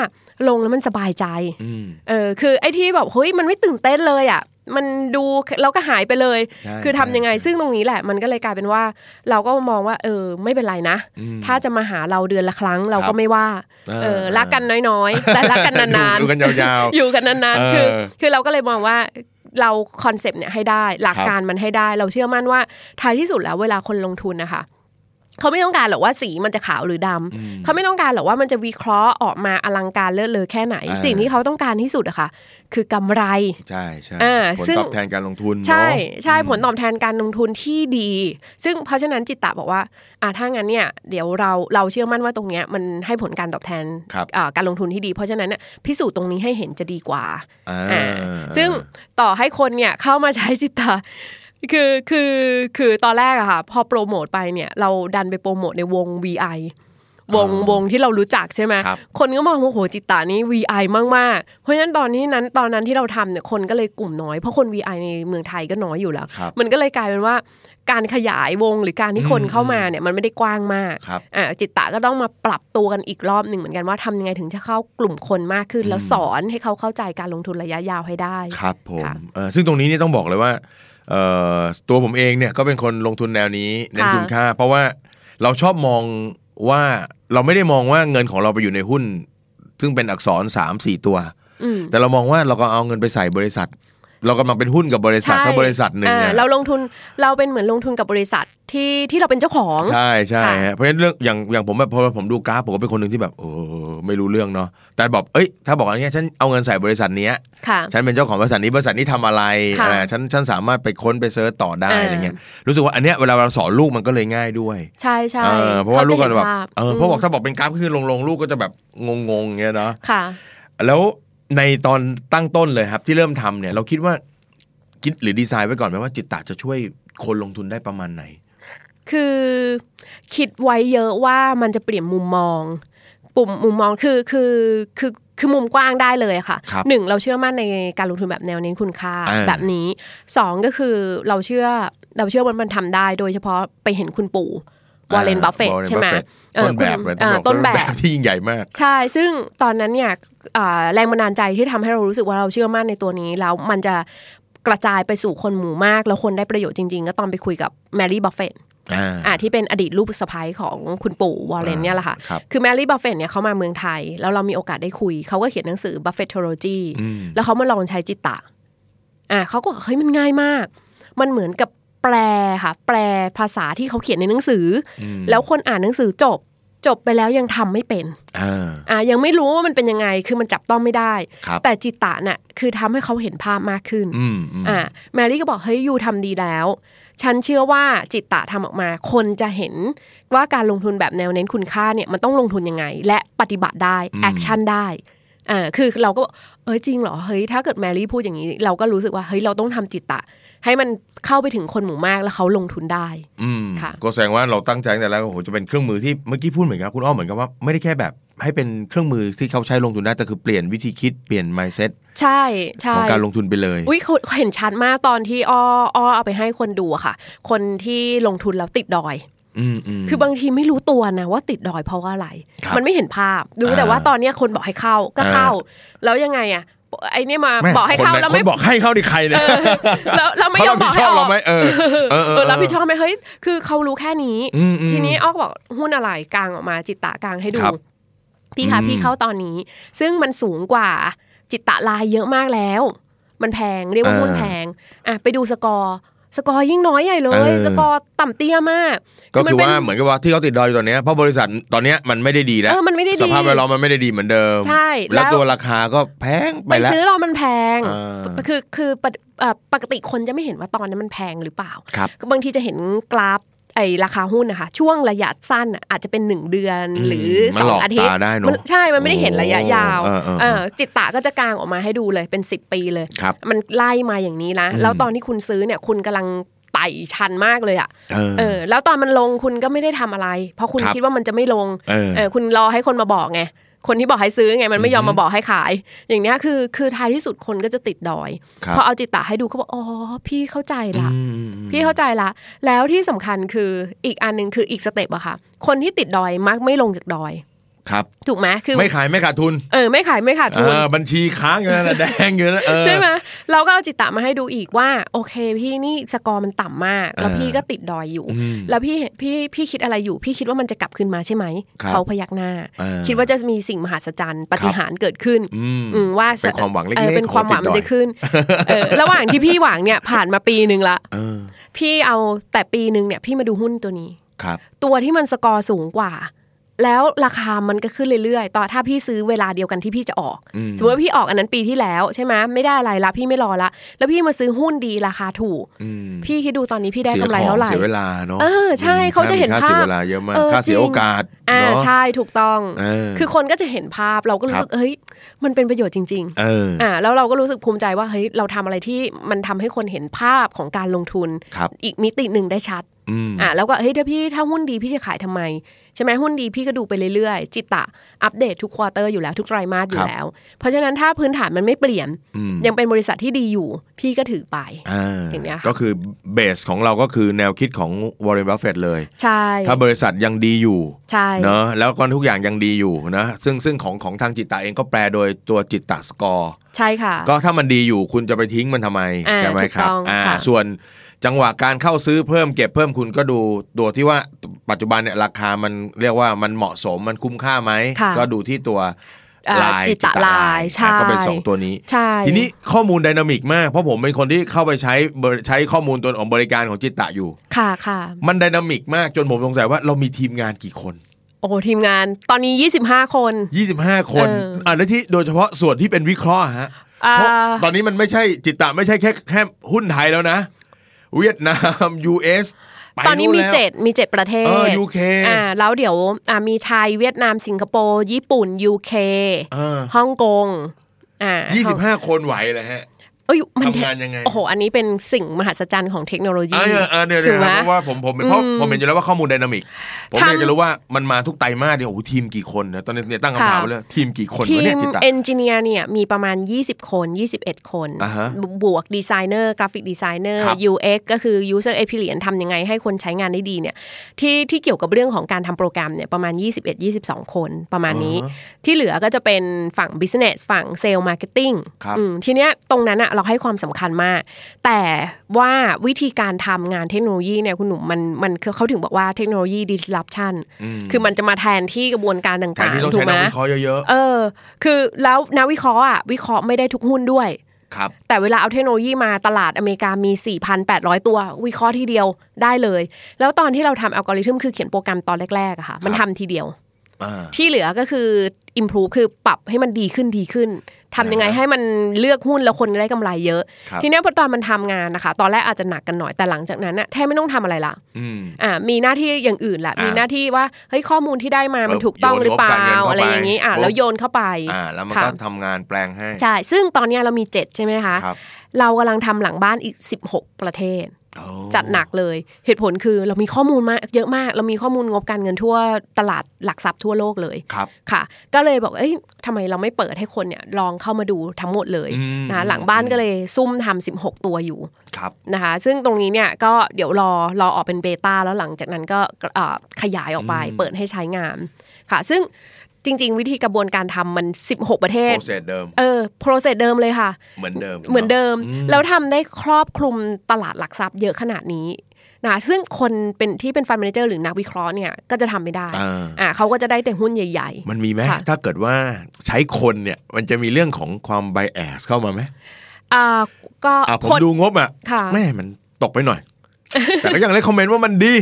Speaker 2: ลงแล้วมันสบายใจ
Speaker 1: อืม
Speaker 2: เออคือไอ้ที่แบบเฮ้ยมันไม่ตื่นเต้นเลยอ่ะมันดูแล้วก็หายไปเลย
Speaker 1: ใช่
Speaker 2: คือทำยังไง
Speaker 1: ใช่
Speaker 2: ซึ่งตรงนี้แหละ มันก็เลยกลายเป็นว่า เราก็มองว่า เออ ไม่เป็นไรนะ
Speaker 1: อืม
Speaker 2: ถ้าจะมาหาเราเดือนละครั้งเราก็ไม่ว่า
Speaker 1: เออ
Speaker 2: เออรักกันน้อยๆ แต่รักกันนานๆ
Speaker 1: อยู่กันยาวๆ
Speaker 2: อยู่กันนานๆ
Speaker 1: เออ
Speaker 2: คือคือเราก็เลยมองว่าเราคอนเซปต์เนี่ยให้ได้ หลัก
Speaker 1: ครับ
Speaker 2: การมันให้ได้ เราเชื่อมั่นว่าท้ายที่สุดแล้วเวลาคนลงทุนนะคะเขาไม่ต้องการหรอกว่าสีมันจะขาวหรือดำ เขาไม่ต้องการหรอกว่ามันจะวิเคราะห์ออกมาอลังการเลิศเลอแค่ไหน
Speaker 1: อ่า
Speaker 2: สิ่งที่เขาต้องการที่สุดอะค่ะ คือกำไร
Speaker 1: ใช่ใช่
Speaker 2: อ่า
Speaker 1: ผล
Speaker 2: ซึ่ง
Speaker 1: ตอบแทนการลงทุนเนอะ
Speaker 2: ใช่ใช่ผลตอบแทนการลงทุนที่ดี ซึ่งเพราะฉะนั้นจิตตะบอกว่าอ่าถ้างั้นเนี่ยเดี๋ยวเราเราเชื่อมั่นว่าตรงเนี้ยมันให้ผลการตอบแทน
Speaker 1: ครับ
Speaker 2: อ่าการลงทุนที่ดี เพราะฉะนั้นเนี่ยพิสูจน์ตรงนี้ให้เห็นจะดีกว่า
Speaker 1: อ่า
Speaker 2: อ่าซึ่งต่อให้คนเนี่ยเข้ามาใช้ จิตตะคือคือคือตอนแรกอะค่ะพอโปรโมทไปเนี่ยเราดันไปโปรโมทในวง VI วงวงที่เรารู้จักใช่ไหม
Speaker 1: ครับ
Speaker 2: คนก็มองว่าโหจิตตานี้ VI มากๆ เพราะฉะนั้นตอนนี้นั้นตอนนั้นที่เราทำเนี่ยคนก็เลยกลุ่มน้อย เพราะคน VI ในเมืองไทยก็น้อยอยู่แล้ว
Speaker 1: ครับ
Speaker 2: มันก็เลยกลายเป็นว่าการขยายวงหรือการที่คนเข้ามาเนี่ยมันไม่ได้กว้างมาก
Speaker 1: ครับ
Speaker 2: อ่าจิตตะก็ต้องมาปรับตัวกันอีกรอบหนึ่งเหมือนกันว่าทำยังไงถึงจะเข้ากลุ่มคนมากขึ้น แล้วสอนให้เขาเข้าใจการลงทุนระยะยาวให้ได้
Speaker 1: ครับผม
Speaker 2: ค่ะ
Speaker 1: เอ่อซึ่งตรงนี้เนี่ยต้องบอกเลยว่าเอ่อตัวผมเองเนี่ยก็เป็นคนลงทุนแนวนี้เน้นคุณค่า เพราะว่าเราชอบมองว่าเราไม่ได้มองว่าเงินของเราไปอยู่ในหุ้น ซึ่งเป็นอักษรสามสี่ตัว
Speaker 2: อืม
Speaker 1: แต่เรามองว่าเราก็เอาเงินไปใส่บริษัท เรากำลังเป็นหุ้นกับบริษัท
Speaker 2: ใช่
Speaker 1: สักบริษัทหนึ่ง
Speaker 2: อ่า
Speaker 1: เนี่ย
Speaker 2: เราลงทุนเราเป็นเหมือนลงทุนกับบริษัทที่ที่เราเป็นเจ้าของ
Speaker 1: ใช่ใช่
Speaker 2: ค่ะ
Speaker 1: ฮะเพราะฉะนั้นเรื่องอย่างอย่างผมแบบพอผมดูกราฟผมก็เป็นคนหนึ่งที่แบบโอ้ไม่รู้เรื่องเนาะแต่บอกเอ้ยถ้าบอกอันเนี้ยฉันเอาเงินใส่บริษัทเนี้ย
Speaker 2: ค่ะ
Speaker 1: ฉันเป็นเจ้าของบริษัทนี้บริษัทนี้ทำอะไร
Speaker 2: ค่ะ
Speaker 1: อ่าฉันฉันสามารถไปค้นไปเซิร์ชต่อได้
Speaker 2: เอออ
Speaker 1: อะไรเงี้ยรู้สึกว่าอันเนี้ยเวลาเราสอนลูกมันก็เลยง่ายด้วย
Speaker 2: ใช่ใช่
Speaker 1: เออเพราะว่าลูกก็จะแบบ
Speaker 2: ขจห็นภพ
Speaker 1: เออเพราะบอกถ้าบอกเป็นกราฟก็คือลงลงลูกก็จะแบบงงๆเงี้ยเนาะ
Speaker 2: ค่ะ
Speaker 1: แล้วในตอนตั้งต้นเลยครับ ที่เริ่มทำเนี่ยเราคิดว่าคิดหรือดีไซน์ไว้ก่อนไหมว่าจิตตะจะช่วยคนลงทุนได้ประมาณไหน
Speaker 2: คือคิดไว้เยอะว่ามันจะเปลี่ยนมุมมอง ปุ่มมุมมองคือคือคือคือมุมกว้างได้เลยค่ะ
Speaker 1: ครับ
Speaker 2: หนึ่งเราเชื่อมั่นในการลงทุนแบบแนวเน้นคุณค่า
Speaker 1: อ่า
Speaker 2: แบบนี้สองก็คือเราเชื่อเราเชื่อว่ามันทำได้ โดยเฉพาะไปเห็นคุณปู่วอลเลนบัฟเฟต
Speaker 1: Warren
Speaker 2: ใช่ไหม
Speaker 1: Buffett
Speaker 2: เออ
Speaker 1: ต้นแบบเล
Speaker 2: คุณ
Speaker 1: ย
Speaker 2: อ่า
Speaker 1: ต้
Speaker 2: ต้
Speaker 1: น
Speaker 2: น
Speaker 1: แบ
Speaker 2: แบบ บ
Speaker 1: ที่ยิ่งใหญ่มาก
Speaker 2: ใช่ ซึ่งตอนนั้นเนี่ยอ่าแรงบันดาลใจที่ทำให้เรารู้สึกว่าเราเชื่อมั่นในตัวนี้ แล้วมันจะกระจายไปสู่คนหมู่มาก แล้วคนได้ประโยชน์จริงๆ ก็ตอนไปคุยกับแมรี่บัฟเฟต
Speaker 1: อ่า
Speaker 2: อ่ะที่เป็นอดีตลูกสะใภ้ของคุณปู่วอลเลนเนี่ยแหละค่ะ
Speaker 1: ครับ
Speaker 2: คือแมรี่บัฟเฟตเนี่ยเขามาเมืองไทย แล้วเรามีโอกาสได้คุย เขาก็เขียนหนังสือ Buffettology
Speaker 1: อืม
Speaker 2: แล้วเขามาลองใช้จิตตะอ่ะเขาก็บอกเฮ้ยมันง่ายมาก มันเหมือนกับแปลค่ะ แปลภาษาที่เขาเขียนในหนังสืออ
Speaker 1: ม
Speaker 2: แล้วคนอ่านหนังสือจบ จบไปแล้วยังทำไม่เป็น
Speaker 1: อ่า
Speaker 2: อ่ะยังไม่รู้ว่ามันเป็นยังไง คือมันจับต้องไม่ได้
Speaker 1: ครับ
Speaker 2: แต่จิตตะน่ะคือทำให้เขาเห็นภาพมากขึ้น
Speaker 1: อืมอืม
Speaker 2: อ่ะแมรี่ก็บอกเฮ้ยยูทำดีแล้ว ฉันเชื่อว่าจิตตะทำออกมา คนจะเห็นว่าการลงทุนแบบแนวเน้นคุณค่าเนี่ยมันต้องลงทุนยังไง และปฏิบัติได้แอคชั่นได้อ่าคือเราก็บอกเอ้ยจริงเหรอเฮ้ยถ้าเกิดแมรี่พูดอย่างนี้ เราก็รู้สึกว่าเฮ้ยเราต้องทำจิตตะ ให้มันเข้าไปถึงคนหมู่มากแล้วเขาลงทุนได้
Speaker 1: อืม
Speaker 2: ค่ะ
Speaker 1: ก็แสดงว่าเราตั้งใจตั้งแต่แรกว่าโอ้โหจะเป็นเครื่องมือที่เมื่อกี้พูดเหมือนกันคุณอ้อมเหมือนกับว่าไม่ได้แค่แบบ ให้เป็นเครื่องมือที่เขาใช้ลงทุนได้แต่คือเปลี่ยนวิธีคิดเปลี่ยน mindset
Speaker 2: ใช่ใช่
Speaker 1: ของการลงทุนไปเลย
Speaker 2: อุ้ยเขาเห็นชัดมากตอนที่อ้ออ้อเอาไปให้คนดูอะค่ะ คนที่ลงทุนแล้วติดดอย
Speaker 1: อืมอืม
Speaker 2: คือบางทีไม่รู้ตัวนะว่าติดดอยเพราะว่าอะไร
Speaker 1: ครับ
Speaker 2: มันไม่เห็นภาพ รู้
Speaker 1: อ่า
Speaker 2: แต่ว่าตอนเนี้ยคนบอกให้เข้าก็เข้า แล้วยังไงอะไอเนี่ยมา
Speaker 1: แม่
Speaker 2: บอกให้เข้า
Speaker 1: คนนี่ย
Speaker 2: แล้ว
Speaker 1: ค
Speaker 2: ไม่
Speaker 1: นบอกให้เข้าดิใครเนี่ย
Speaker 2: แล้วเราไม่ยอมบอกให้
Speaker 1: เขารับผิดชอบ
Speaker 2: ออ
Speaker 1: เรา
Speaker 2: ก
Speaker 1: ไหมเออเออเอ
Speaker 2: เอ
Speaker 1: อ
Speaker 2: อรับผิดชอบไหมเฮ้ยคือเขารู้แค่นี้
Speaker 1: อืมอืม
Speaker 2: ทีนี้อ้อก็บอกหุ้นอะไรกลางออกมาจิตตะกลางให้ดู
Speaker 1: ครับ
Speaker 2: พี่คะ
Speaker 1: อืม
Speaker 2: พี่เข้าตอนนี้ ซึ่งมันสูงกว่าจิตตะลายเยอะมากแล้ว มันแพงเรียกว่าหุ้นแพงอ่ะไปดูสกอร์ สกอร์ยิ่งน้อยใหญ่เลย สกอร์ต่ำเตี้ยมาก
Speaker 1: ก็
Speaker 2: มั
Speaker 1: คือ
Speaker 2: เป็น
Speaker 1: ว่าเหมือนกับว่าที่เขาติดดอยอยู่ตอนเนี้ยเพราะบริษัทตอนเนี้ยมันไม่ได้ดีแล้ว
Speaker 2: เออมันไม่ได้ดี
Speaker 1: สภาพแวดล้อมมันไม่ได้ดีเหมือนเดิม
Speaker 2: ใช่แล้
Speaker 1: แล้ว
Speaker 2: ว
Speaker 1: ตัวราคาก็แพงไป
Speaker 2: ไป
Speaker 1: แล้ว
Speaker 2: ซื้อเรามันแพง
Speaker 1: อ่า
Speaker 2: คือคือปกเอ่อปกติคนจะไม่เห็นว่าตอนนั้นมันแพงหรือเปล่า
Speaker 1: ครับ
Speaker 2: บางทีจะเห็นกราฟไอ้ราคาหุ้นนะคะ ช่วงระยะสั้นน่ะอาจจะเป็น 1 เดือน
Speaker 1: อืม
Speaker 2: หรือ
Speaker 1: มัน
Speaker 2: สอ
Speaker 1: หลอง ก
Speaker 2: อาทิต
Speaker 1: ตา
Speaker 2: ย์
Speaker 1: ได้เนอะ
Speaker 2: มันใช่มันไม่ได้เห็นระยะยาว
Speaker 1: เออเออเออ
Speaker 2: เออจิตตะก็จะกางออกมาให้ดูเลยเป็น 10 ปีเลย
Speaker 1: ครับ
Speaker 2: มันไล่มาอย่างนี้นะ
Speaker 1: อืม
Speaker 2: แล้วตอนที่คุณซื้อเนี่ยคุณกำลังไต่ชันมากเลยอ่ะ
Speaker 1: เออ
Speaker 2: เออ แล้วตอนมันลงคุณก็ไม่ได้ทำอะไร เพราะคุณ
Speaker 1: ครับ
Speaker 2: คิดว่ามันจะไม่ลง
Speaker 1: เออ
Speaker 2: เออคุณรอให้คนมาบอกไง คนที่บอกให้ซื้อไงมันไม่ยอม
Speaker 1: อือฮึ
Speaker 2: มาบอกให้ขาย อย่างเนี้ยคือคือท้ายที่สุดคนก็จะติดดอย
Speaker 1: ครับ
Speaker 2: พอเอาจิตตะให้ดูเขาบอกอ๋อพี่เข้าใจละ
Speaker 1: อืมอืม
Speaker 2: พี่เข้าใจละ แล้วที่สำคัญคืออีกอันหนึ่งคืออีกสเต็ปอะค่ะ คนที่ติดดอยมักไม่ลงจากดอย
Speaker 1: ครับ
Speaker 2: ถูกไหมคือ
Speaker 1: ไม่ขายไม่ขาดทุน
Speaker 2: เออไม่ขายไม่ขาด
Speaker 1: เอ
Speaker 2: ทุน
Speaker 1: อบัญชีค้างอยู่นั่น น่ะ แดงอยู่นั่นน่ะเออ
Speaker 2: ใช่ไหมเราก็เอาจิตตะมาให้ดูอีกว่า โอเค พี่นี่สกอร์มันต่ำมาก แล้ว
Speaker 1: อ่า
Speaker 2: พี่ก็ติดดอยอยู่
Speaker 1: อืม
Speaker 2: แล้วพี่พี่พี่คิดอะไรอยู่ พี่คิดว่ามันจะกลับขึ้นมาใช่ไหม
Speaker 1: ครับ
Speaker 2: เขาพยักหน้า
Speaker 1: อ่า
Speaker 2: คิดว่าจะมีสิ่งมหัศจรรย์ปาฏิหารย์เกิดขึ้น
Speaker 1: อืม
Speaker 2: อืมว่า
Speaker 1: เป็นความหวังเล็กๆ
Speaker 2: ออเป็นความหวัง
Speaker 1: ของ
Speaker 2: มั
Speaker 1: ติดดอย
Speaker 2: นจะขึ้นเออระหว่างที่พี่หวังเนี่ยผ่านมาปีหนึ่งละ
Speaker 1: เออ
Speaker 2: พี่เอาแต่ปีหนึ่งเนี่ยพี่มาดูหุ้นตัวนี้
Speaker 1: ครับ
Speaker 2: ตัวที่มันสกอร์สูงกว่า แล้วราคามันก็ขึ้นเรื่อยๆ ต่อถ้าพี่ซื้อเวลาเดียวกันที่พี่จะออก
Speaker 1: อืม
Speaker 2: สมมติว่าพี่ออกอันนั้นปีที่แล้วใช่ไหมไม่ได้อะไรละพี่ไม่รอละ แล้วพี่มาซื้อหุ้นดีราคาถูก
Speaker 1: อืม
Speaker 2: พี่คิดดูตอนนี้พี่ได้
Speaker 1: สีย
Speaker 2: กำไร
Speaker 1: ของ
Speaker 2: เท่าไหร่
Speaker 1: เสียเวลาเนาะ
Speaker 2: เออใช่
Speaker 1: อืม
Speaker 2: เขาจะเห็น
Speaker 1: ค่เสีย
Speaker 2: ภาพ
Speaker 1: เวลาเยอะมาก
Speaker 2: เออ
Speaker 1: ค่าเสีย
Speaker 2: จริง
Speaker 1: โอกาส
Speaker 2: อ่า
Speaker 1: เนาะ
Speaker 2: ใช่ถูกต้อง
Speaker 1: เออ
Speaker 2: คือคนก็จะเห็นภาพเราก็รู้สึกเฮ้ยมันเป็นประโยชน์จริง ๆ
Speaker 1: เออ
Speaker 2: อ่าแล้วเราก็รู้สึกภูมิใจว่าเฮ้ยเราทำอะไรที่มันทำให้คนเห็นภาพของการลงทุน
Speaker 1: ครับ
Speaker 2: อีกมิติหนึ่งได้ชัด
Speaker 1: อืม
Speaker 2: อ่ะแล้วก็เฮ้ยถ้าพี่ถ้าหุ้นดีพี่จะขายทำไม ใช่ไหมหุ้นดีพี่ก็ดูไปเรื่อยๆ จิตตะ อัปเดตทุกควอเตอร์อยู่แล้วทุกไตรมาสอยู่
Speaker 1: ครับ
Speaker 2: แล้ว เพราะฉะนั้นถ้าพื้นฐานมันไม่เปลี่ยน
Speaker 1: อืม
Speaker 2: ยังเป็นบริษัทที่ดีอยู่ พี่ก็ถือไป
Speaker 1: อ่า
Speaker 2: เห็นไหมคะ
Speaker 1: ก็คือเบสของเราก็คือแนวคิดของวอร์เรนบัฟเฟตเลย
Speaker 2: ใช่
Speaker 1: ถ้าบริษัทยังดีอยู่
Speaker 2: ใช่
Speaker 1: เนาะแล้วก็ทุกอย่างยังดีอยู่นะซึ่งซึ่งของของทางจิตตะเองก็แปลโดยตัวจิตตะสกอร์
Speaker 2: ใช่ค่ะ
Speaker 1: ก็ถ้ามันดีอยู่คุณจะไปทิ้งมันทำไม
Speaker 2: อ่า
Speaker 1: ใช่ไหม
Speaker 2: ถูก
Speaker 1: ครับ
Speaker 2: ต้อง
Speaker 1: อ่า
Speaker 2: ค่ะ
Speaker 1: ส่วนจังหวะการเข้าซื้อเพิ่มเก็บเพิ่มคุณก็ดูตัวที่ว่าปัจจุบันเนี่ยราคามันเรียกว่ามันเหมาะสมมันคุ้มค่าไหม
Speaker 2: ค่ะ
Speaker 1: ก็ดูที่ตัว
Speaker 2: อ่า
Speaker 1: ลาย
Speaker 2: จิตตะลาย
Speaker 1: จิตตะ
Speaker 2: ใช่
Speaker 1: อ่ะก็เป็นสองตัวนี้
Speaker 2: ใช่
Speaker 1: ทีนี้ข้อมูลไดนามิกมากเพราะผมเป็นคนที่เข้าไปใช้บริใช้ข้อมูลตัวของบริการของจิตตะอยู่
Speaker 2: ค่ะค่ะ
Speaker 1: มันไดนามิกมากจนผมสงสัยว่าเรามีทีมงานกี่คน
Speaker 2: โอ้โหทีมงานตอนนี้ 25 คน
Speaker 1: 25 คน
Speaker 2: เอออ่
Speaker 1: อ่าแล้วที่โดยเฉพาะส่วนที่เป็นวิเคราะห์ฮะ
Speaker 2: อ่า
Speaker 1: เพราะตอนนี้มันไม่ใช่จิตตะไม่ใช่แค่แค่หุ้นไทยแล้วนะ เวียดนาม US ไป
Speaker 2: ตอนนี้มี
Speaker 1: แล้ว
Speaker 2: เจ็ดมีเจ็ดประเทศ
Speaker 1: เออ UK
Speaker 2: อ่าแล้วเดี๋ยวอ่ามีไทยเวียดนามสิงคโปร์ญี่ปุ่นยูเค
Speaker 1: เออ
Speaker 2: ฮ่องกงอ่ายี่
Speaker 1: 25 คนไหวเลยฮะ
Speaker 2: เอ้ยมัน
Speaker 1: ทำงานยังไง
Speaker 2: โอ้โหอันนี้เป็นสิ่งมหัศจรรย์ของเทคโนโลยี
Speaker 1: อ่าเนี่ยอ่าเนี่ย
Speaker 2: ถูก
Speaker 1: นะ
Speaker 2: ไหม
Speaker 1: ครับเพราะว่าผมผมเพราะผมเห็นอยู่แล้วว่าข้อมูลไดนามิก ผม
Speaker 2: ทำ
Speaker 1: อยากจะรู้ว่ามันมาทุกไตรมาสเนี่ยโอ้โหทีมกี่คนนะตอนนี้เนี่ยตั้งคำถามไว้เลยทีมกี่คน
Speaker 2: ที
Speaker 1: วะเนี่ย
Speaker 2: ม
Speaker 1: จิตตะ
Speaker 2: เอนจิเนียร์เนี่ยมีประมาณ 20 คน 21 คน
Speaker 1: อ่าฮะ
Speaker 2: บวกดีไซเนอร์กราฟิกดีไซเนอร์
Speaker 1: ครับ
Speaker 2: UX ก็คือ User Experience ทำยังไงให้คนใช้งานได้ดีเนี่ยที่ที่เกี่ยวกับเรื่องของการทำโปรแกรมเนี่ยประมาณ 21-22 คนประมาณนี้ ที่เหลือก็จะเป็นฝั่ง Business ฝั่ง Sales Marketing
Speaker 1: ครับ
Speaker 2: อืมทีเนี้ยตรงนั้นอะเราให้ความสำคัญมาก แต่ว่าวิธีการทำงานเทคโนโลยีเนี่ยคุณหนุ่มมันมันคือเขาถึงบอกว่าเทคโนโลยี disruption คือมันจะมาแทนที่กระบวนการ
Speaker 1: แทน
Speaker 2: ต่าง
Speaker 1: ที่ต้อง
Speaker 2: ๆถู
Speaker 1: ใช้
Speaker 2: กไห
Speaker 1: นัก
Speaker 2: ม
Speaker 1: วิเคราะห์เยอะ
Speaker 2: เออ คือแล้วนักวิเคราะห์อ่ะวิเคราะห์ไม่ได้ทุกหุ้นด้วย
Speaker 1: ๆครับ
Speaker 2: แต่เวลาเอาเทคโนโลยีมาตลาดอเมริกามี 4,800 ตัว วิเคราะห์ทีเดียวได้เลย แล้วตอนที่เราทำอัลกอริทึมคือเขียนโปรแกรมตอนแรกๆอะค่ะ มันทำทีเดียว
Speaker 1: อ่า
Speaker 2: ที่เหลือก็คือ improve คือปรับให้มันดีขึ้นดีขึ้นทำยังไงให้มันเลือกหุ้นแล้วคนได้กำไรเยอะ
Speaker 1: ครับ
Speaker 2: ทีเนี้ยพอตอนมันทำงานนะคะ ตอนแรกอาจจะหนักกันหน่อยแต่หลังจากนั้นน่ะแทบไม่ต้องทำอะไรละ
Speaker 1: อืม
Speaker 2: อ่ามีหน้าที่อย่างอื่นละ
Speaker 1: อ่ามี
Speaker 2: มีหน้าที่ว่าเฮ้ยข้อมูลที่ได้มา
Speaker 1: เออ
Speaker 2: มันถูกต้องหรือเปล่า
Speaker 1: โยนงบการเงินเข้าไป
Speaker 2: อะไรอย่างนี้อ่า
Speaker 1: โอ้
Speaker 2: แล้วโยนเข้าไป
Speaker 1: อ่า แล้วมัน
Speaker 2: ค่ะ
Speaker 1: ก็ทำงานแปลงให้
Speaker 2: ใช่ซึ่งตอนเนี้ยเรามี 7 ใช่ไหมคะ
Speaker 1: ครับ
Speaker 2: เรากำลังทำหลังบ้านอีก 16 ประเทศ
Speaker 1: โอ้
Speaker 2: จัดหนักเลยเหตุผลคือเรามีข้อมูลมากเยอะมาก เรามีข้อมูลงบการเงินทั่วตลาดหลักทรัพย์ทั่วโลกเลย
Speaker 1: ครับ
Speaker 2: ค่ะก็เลยบอก เอ้ยทำไมเราไม่เปิดให้คนเนี่ยลองเข้ามาดูทั้งหมดเลย
Speaker 1: อืม
Speaker 2: นะคะหลังบ้านก็เลยซุ่มทำ16 ตัวอยู่
Speaker 1: ครับ
Speaker 2: นะคะ ซึ่งตรงนี้เนี่ยก็เดี๋ยวรอรอออกเป็นเบต้าแล้วหลังจากนั้นก็เอ่อขยายออกไปเปิดให้ใช้งานค่ะ ซึ่งจริง ๆ วิธีกระบวนการทำมัน 16 ประเท
Speaker 1: โป
Speaker 2: ศ
Speaker 1: รเซสเดิม
Speaker 2: เออ โปรเซสเดิมเลยค่ะ
Speaker 1: เหมือนเดิม
Speaker 2: เหมือนเดิมแล้วทำได้ครอบคลุมตลาดหลักทรัพย์เยอะขนาดนี้นะซึ่งคนเป็นที่เป็นฟันเมนเจอร์หรือนักวิเคราะห์เนี่ยก็จะทำไม่ได้
Speaker 1: อ่า
Speaker 2: อ่าเขาก็จะได้แต่หุ้นใหญ่ ๆ
Speaker 1: มันมีไหม
Speaker 2: ค่ะ
Speaker 1: ถ้าเกิดว่าใช้คนเนี่ย มันจะมีเรื่องของความไบแอสเข้ามาไหม
Speaker 2: อ่าก็
Speaker 1: อ่ะผม
Speaker 2: คน
Speaker 1: ดูงบอ่ะ
Speaker 2: ค่ะ
Speaker 1: แม่มันตกไปห น่อย แต่ก็ยังเลยคอมเมนต์ว่ามันดี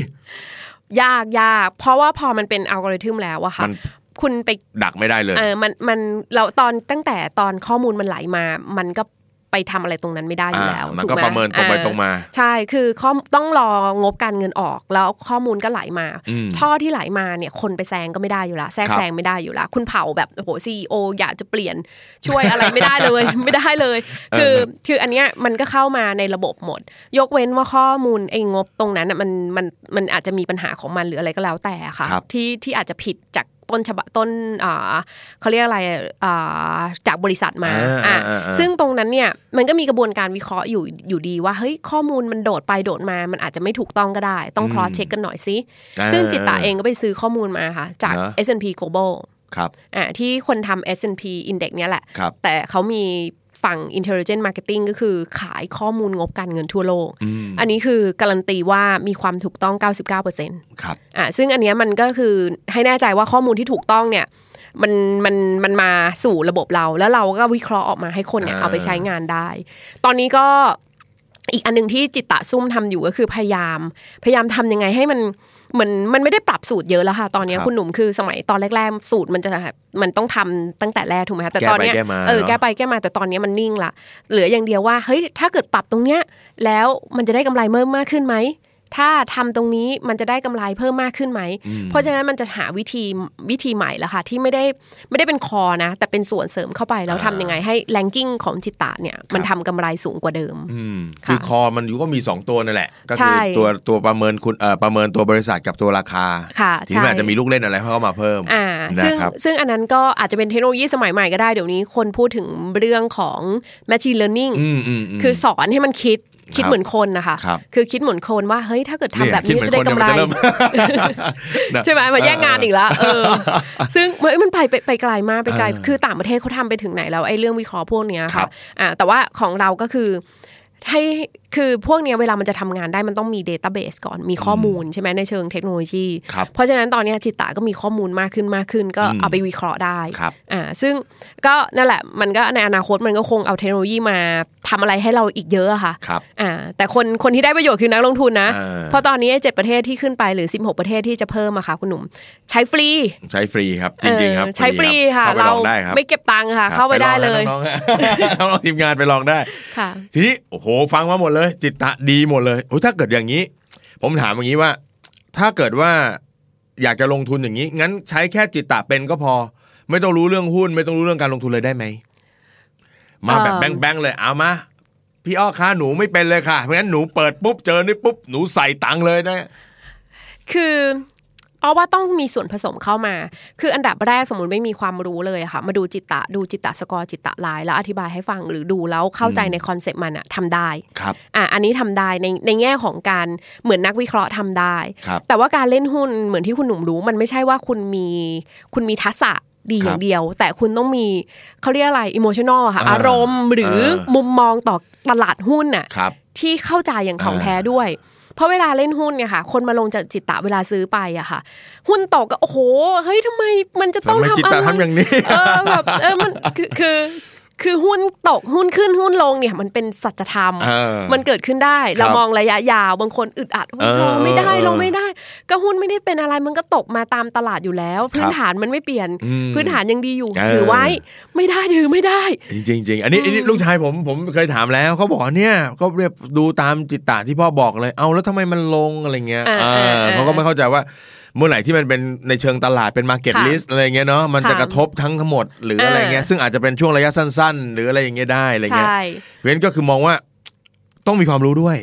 Speaker 2: ยากยากเพราะว่าพอมันเป็นอัลกอริทึมแล้วอะค่ะ
Speaker 1: มัน
Speaker 2: คุณไป
Speaker 1: ดักไม่ได้เลย
Speaker 2: เออมันมันเราตอนตั้งแต่ตอนข้อมูลมันไหลมา มันก็ไปทำอะไรตรงนั้นไม่ได้อยู่แล้ว
Speaker 1: อ่ามัน
Speaker 2: ถู
Speaker 1: ก็
Speaker 2: ไห
Speaker 1: ประเมินตรงไป
Speaker 2: อ่
Speaker 1: ตรงมา
Speaker 2: ใช่คือข้อต้องรองบการเงินออกแล้วข้อมูลก็ไหลมา
Speaker 1: อืม
Speaker 2: ท่อที่ไหลมาเนี่ยคนไปแซงก็ไม่ได้อยู่ละแทรก
Speaker 1: ครับ
Speaker 2: แซงไม่ได้อยู่ละคุณเผาแบบโอ้โหซีออยากจะเปลี่ยนช่วยอะไรไม่ได้เลย ไม่ได้เลย คือคืออันเนี้ยมันก็เข้ามาในระบบหมด ยกเว้นว่าข้อมูลไอ้งบตรงนั้นน่ะมันมันมันอาจจะมีปัญหาของมันหรืออะไรก็แล้วแต่ค่ะ
Speaker 1: ครับ
Speaker 2: ที่ที่อาจจะผิดจากต้นฉบับต้นอ่าเขาเรียกอะไรอ่าจากบริษัทมา
Speaker 1: อ่า
Speaker 2: อ่ะ
Speaker 1: อ่าอ่า
Speaker 2: ซึ่งตรงนั้นเนี่ยมันก็มีกระบวนการวิเคราะห์อยู่อยู่ดีว่าเฮ้ยข้อมูลมันโดดไปโดดมา มันอาจจะไม่ถูกต้องก็ได้ ต้องคลอสเช็คกันหน่อยสิ ซึ่งจิตตาเองก็ไปซื้อข้อมูลมาค่ะ จาก
Speaker 1: นะ
Speaker 2: S&P Global
Speaker 1: ครับ
Speaker 2: อ่าที่คนทำ S&P Index เนี่ยแหละ
Speaker 1: ครับ
Speaker 2: แต่เขามีฝั่ง intelligent marketing ก็คือขายข้อมูลงบการเงินทั่วโลก
Speaker 1: อืม
Speaker 2: อันนี้คือการันตีว่ามีความถูกต้อง 99%
Speaker 1: ครับ
Speaker 2: อ่ะซึ่งอันเนี้ยมันก็คือให้แน่ใจว่าข้อมูลที่ถูกต้องเนี่ยมันมันมันมาสู่ระบบเรา แล้วเราก็วิเคราะห์ออกมาให้คนเนี่ย
Speaker 1: อ่า
Speaker 2: เอาไปใช้งานได้ ตอนนี้ก็อีกอันหนึงที่จิตตะซุ่มทำอยู่ก็คือพยายาม พยายามทำยังไงให้มันเหมือนมันไม่ได้ปรับสูตรเยอะแล้วค่ะ ตอนเนี้ย
Speaker 1: ครับ
Speaker 2: คุณหนุ่มคือสมัยตอนแรกๆ สูตรมันจะแบบมันต้องทำตั้งแต่แรกถูกไหมคะแต่
Speaker 1: แก้
Speaker 2: ตอน
Speaker 1: ไป
Speaker 2: เนี้ย
Speaker 1: แก้มา
Speaker 2: เออ
Speaker 1: เนอะ
Speaker 2: แก้ไปแก้มาแต่ตอนเนี้ยมันนิ่งละเหลืออย่างเดียวว่าเฮ้ยถ้าเกิดปรับตรงเนี้ยแล้วมันจะได้กำไรเพิ่มมากขึ้นไหมถ้าทำตรงนี้มันจะได้กำไรเพิ่มมากขึ้นไหม เพราะฉะนั้นมันจะหาวิธีวิธีใหม่ละค่ะที่ไม่ได้ไม่ได้เป็นคอนะ แต่เป็นส่วนเสริมเข้าไปแล้วทำยังไงให้แรงกิ้งของจิตตะเนี่ยมันทำกำไรสูงกว่าเดิม
Speaker 1: อืม
Speaker 2: ค่ะ
Speaker 1: คือคอมันอยู่ก็มี 2 ตัวนั่นแหละ ก็
Speaker 2: ใช่
Speaker 1: คือตัวตัวประเมินคุณเอ่อประเมินตัวบริษัทกับตัวราคา
Speaker 2: ค่ะ
Speaker 1: ทีนี้
Speaker 2: ใช่
Speaker 1: มันอาจจะมีลูกเล่นอะไรเข้ามาเพิ่ม
Speaker 2: อ่าซึ่ง
Speaker 1: นะครับ
Speaker 2: ซึ่งอันนั้นก็อาจจะเป็นเทคโนโลยีสมัยใหม่ก็ได้เดี๋ยวนี้คนพูดถึงเรื่องของ machine learning
Speaker 1: อืมอืมม
Speaker 2: คือสอนให้มันคิดคิดเหมือนคนนะคะ
Speaker 1: ครับ
Speaker 2: คือคิดเหมือนคนว่าเฮ้ยถ้าเกิดทำแบบ
Speaker 1: คิ
Speaker 2: นี้
Speaker 1: เหมือ
Speaker 2: จะได้
Speaker 1: ค
Speaker 2: กำ
Speaker 1: เย
Speaker 2: ไร
Speaker 1: มันเม นะ
Speaker 2: ใช่ไหมมาแย่งงานอีกแล้วเอ อ ซึ่งเฮ้ยมันไปไปไปไกลมากไปไกล
Speaker 1: เออ
Speaker 2: คือต่างประเทศเขาทำไปถึงไหนแล้วไอ้เรื่องวิเคราะห์พวกเนี้ย
Speaker 1: ครั
Speaker 2: ค่ะ
Speaker 1: บ
Speaker 2: อ่าแต่ว่าของเราก็คือให้คือพวกเนี้ยเวลามันจะทำงานได้มันต้องมีเดต้าเบสก่อนมีข้อมูลใช่ไหมในเชิงเทคโนโลยี
Speaker 1: ครับ
Speaker 2: เพราะฉะนั้นตอนเนี้ยจิตตาก็มีข้อมูลมากขึ้นมากขึ้น ก็
Speaker 1: อืม
Speaker 2: เอาไปวิเคราะห์ได้
Speaker 1: ครับ
Speaker 2: อ่าซึ่งก็นั่นแหละมันก็ในอนาคตมันก็คงเอาเทคโนโลยีมาทำอะไรให้เราอีกเยอะอะค่ะ
Speaker 1: ครับ
Speaker 2: อ่าแต่คนคนที่ได้ประโยชน์คือนักลงทุนนะ
Speaker 1: อ่า
Speaker 2: เพราะตอนนี้เจ็ดประเทศที่ขึ้นไปหรือ 16 ประเทศที่จะเพิ่มอะค่ะคุณหนุ่ม ใช้ฟรี
Speaker 1: ใช้ฟรีครับ จริง ๆ ครับ
Speaker 2: เออใช้ฟรีค่ะ
Speaker 1: เข้าไป
Speaker 2: เรา
Speaker 1: ลองได้ครับ
Speaker 2: ไม่เก็บตังค์ค่ะ
Speaker 1: ครับ
Speaker 2: เข้าไปได้
Speaker 1: ล
Speaker 2: เล
Speaker 1: อง
Speaker 2: ย
Speaker 1: นะน้องๆฮะ น้องๆทีม งานไปลองได้
Speaker 2: ค่ะ
Speaker 1: ทีนี้โอ้โหฟังมาหมดเลย จิตตะดีหมดเลยโอ้ยถ้าเกิดอย่างนี้ ผมถามอย่างนี้ว่า ถ้าเกิดว่าอยากจะลงทุนอย่างนี้ งั้นใช้แค่จิตตะเป็นก็พอ ไม่ต้องรู้เรื่องหุ้น ไม่ต้องรู้เรื่องการลงทุนเลยได้ไหมมาแบบ
Speaker 2: เอ่อ
Speaker 1: แบงค์ๆเลยเอามาพี่อ้อคะหนูไม่เป็นเลยค่ะเพราะงั้นหนูเปิดปุ๊บเจอนี่ปุ๊บหนูใส่ตังค์เลยนะ
Speaker 2: คือเอาว่าต้องมีส่วนผสมเข้ามา คืออันดับแรกสมมติไม่มีความรู้เลยอะค่ะ มาดูจิตตะดูจิตตะสกอร์จิตตะลาย แล้วอธิบายให้ฟังหรือดูแล้วเข้าใจในคอนเซปต์มันอะทำได้
Speaker 1: ครับ
Speaker 2: อ่ะอันนี้ทำได้ในในแง่ของการเหมือนนักวิเคราะห์ทำได้
Speaker 1: ครับ
Speaker 2: แต่ว่าการเล่นหุ้นเหมือนที่คุณหนุ่มรู้ มันไม่ใช่ว่าคุณมีคุณมีทักษะดีอ
Speaker 1: ครั
Speaker 2: ย่า
Speaker 1: บ
Speaker 2: งเดียว แต่คุณต้องมีเขาเรียกอะไรอิโมชันอลค่ะ
Speaker 1: อ่า
Speaker 2: อารมณ์หรือ
Speaker 1: เออ
Speaker 2: มุมมองต่อตลาดหุ้นน่ะ
Speaker 1: ครับ
Speaker 2: ที่เข้าใจอย่างของแท้ด้วย เพราะเวลาเล่นหุ้นเนี่ยค่ะ คนมาลงจากจิตตะเวลาซื้อไปอะค่ะ หุ้นตกก็โอ้โหเฮ้ยทำไมมันจะต้
Speaker 1: ทำ
Speaker 2: อง
Speaker 1: ไมจิต
Speaker 2: ทำอะ
Speaker 1: ตะ
Speaker 2: ไร
Speaker 1: ทำอย่างนี้
Speaker 2: เออแบบเออมันคือคือคือหุ้นตกหุ้นขึ้นหุ้นลงเนี่ยมันเป็นสัจธรรม
Speaker 1: เออ
Speaker 2: มันเกิดขึ้นได้ เรา
Speaker 1: ครับ
Speaker 2: มองระยะยาวบางคนอึดอัด
Speaker 1: เออ
Speaker 2: รอไม่ได้
Speaker 1: เออ
Speaker 2: รอไม่ได้ ก็หุ้นไม่ได้เป็นอะไรมันก็ตกมาตามตลาดอยู่แล้ว พื้นฐานมันไม่เปลี่ยน
Speaker 1: อืม
Speaker 2: พื้นฐานยังดีอยู่
Speaker 1: เออ
Speaker 2: ถือไว้ไม่ได้ถือไม่ได้
Speaker 1: จริงๆจริงอันนี้อันนี้
Speaker 2: อืม
Speaker 1: ลูกชายผมผมเคยถามแล้วเขาบอกเนี่ยก็เรียบดูตามจิตตะที่พ่อบอกเลย เอาแล้วทำไมมันลงอะไรเงี้ย
Speaker 2: อ่า
Speaker 1: เออ
Speaker 2: เออเออ
Speaker 1: เขาก็ไม่เข้าใจว่าเมื่อไหร่ที่มันเป็นในเชิงตลาดเป็นมาเก็ต
Speaker 2: ค่ะ
Speaker 1: ลิสต์อะไรเงี้ยเนาะมันจะ
Speaker 2: ค่ะ
Speaker 1: กระทบทั้งทั้งหมดหรืออะไรเงี้ย
Speaker 2: เออ
Speaker 1: ซึ่งอาจจะเป็นช่วงระยะสั้น ๆ หรืออะไรอย่างเงี้ยได้อะไร
Speaker 2: ใช
Speaker 1: เงี้ย่ เว้นก็คือมองว่าต้องมีความรู้ด้วย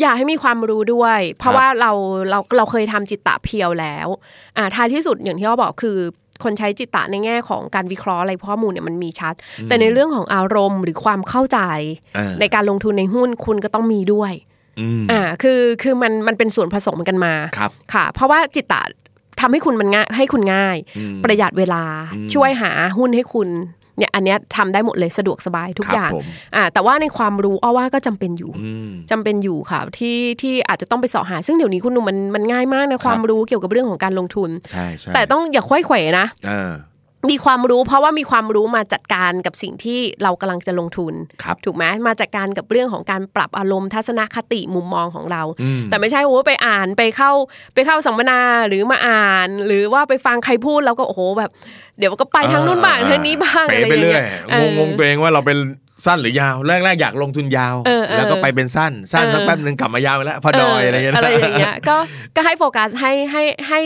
Speaker 2: อยากให้มีความรู้ด้วย เพราะ
Speaker 1: ครับ
Speaker 2: ว่าเราเราเราเคยทำจิตตะเพียวแล้วอ่าท้ายที่สุดอย่างที่เขาบอกคือ คนใช้จิตตะในแง่ของการวิเคราะห์อะไรข้อมูลเนี่ยมันมีชัด แต่ในเรื่องของอารมณ์หรือความเข้าใจ
Speaker 1: อ่า
Speaker 2: ในการลงทุนในหุ้นคุณก็ต้องมีด้วย
Speaker 1: อืม
Speaker 2: อ่าคือคือมันมันเป็นส่วนผสมกันมา
Speaker 1: ครับ
Speaker 2: ค่ะ เพราะว่าจิตตะทำให้คุณมันง่ายให้คุณง่าย
Speaker 1: อืม
Speaker 2: ประหยัดเวลา
Speaker 1: อืม
Speaker 2: ช่วยหาหุ้นให้คุณเนี่ยอันเนี้ยทำได้หมดเลยสะดวกสบายทุก
Speaker 1: ครับ
Speaker 2: อย่าง
Speaker 1: ผม
Speaker 2: อ่าแต่ว่าในความรู้อ้อว่าก็จำเป็นอยู่
Speaker 1: อืม
Speaker 2: จำเป็นอยู่ค่ะที่ที่อาจจะต้องไปเสาะหา ซึ่งเดี๋ยวนี้คุณหนุ่มมันมันง่ายมากนะความรู้เกี่ยวกับเรื่องของการลงทุน
Speaker 1: ใช่ใช่
Speaker 2: แต่ต้องอย่าควยเขวนะ
Speaker 1: อ่า
Speaker 2: มีความรู้เพราะว่ามีความรู้มาจัดการกับสิ่งที่เรากำลังจะลงทุน
Speaker 1: ครับ
Speaker 2: ถูกไหมมาจัดการกับเรื่องของการปรับอารมณ์ทัศนคติมุมมองของเรา
Speaker 1: อืม
Speaker 2: แต่ไม่ใช่โอ้ไปอ่านไปเข้าไปเข้าสัมมนาหรือมาอ่าน หรือว่าไปฟังใครพูดแล้วก็โอ้โหแบบ เดี๋ยวก็ไปทางนู้นบ้างทางนี้บ้าง
Speaker 1: เป๋
Speaker 2: อะไรอ
Speaker 1: ไป
Speaker 2: ย่าง
Speaker 1: เรื่อ
Speaker 2: เงี้
Speaker 1: ย
Speaker 2: ยเออ
Speaker 1: งงๆตัวเองว่าเราเป็นสั้นหรือยาวแรกๆอยากลงทุนยาว
Speaker 2: เออเออ
Speaker 1: แล้วก็ไปเป็นสั้นสั้น
Speaker 2: เออ
Speaker 1: สักแป๊บนึงกลับมายาวแล้วพอดอยอะไรอย่างเงี้ยนะ
Speaker 2: อะไรอย่างเงี้ยก็ก็ให้โฟกัสให้ให้ให้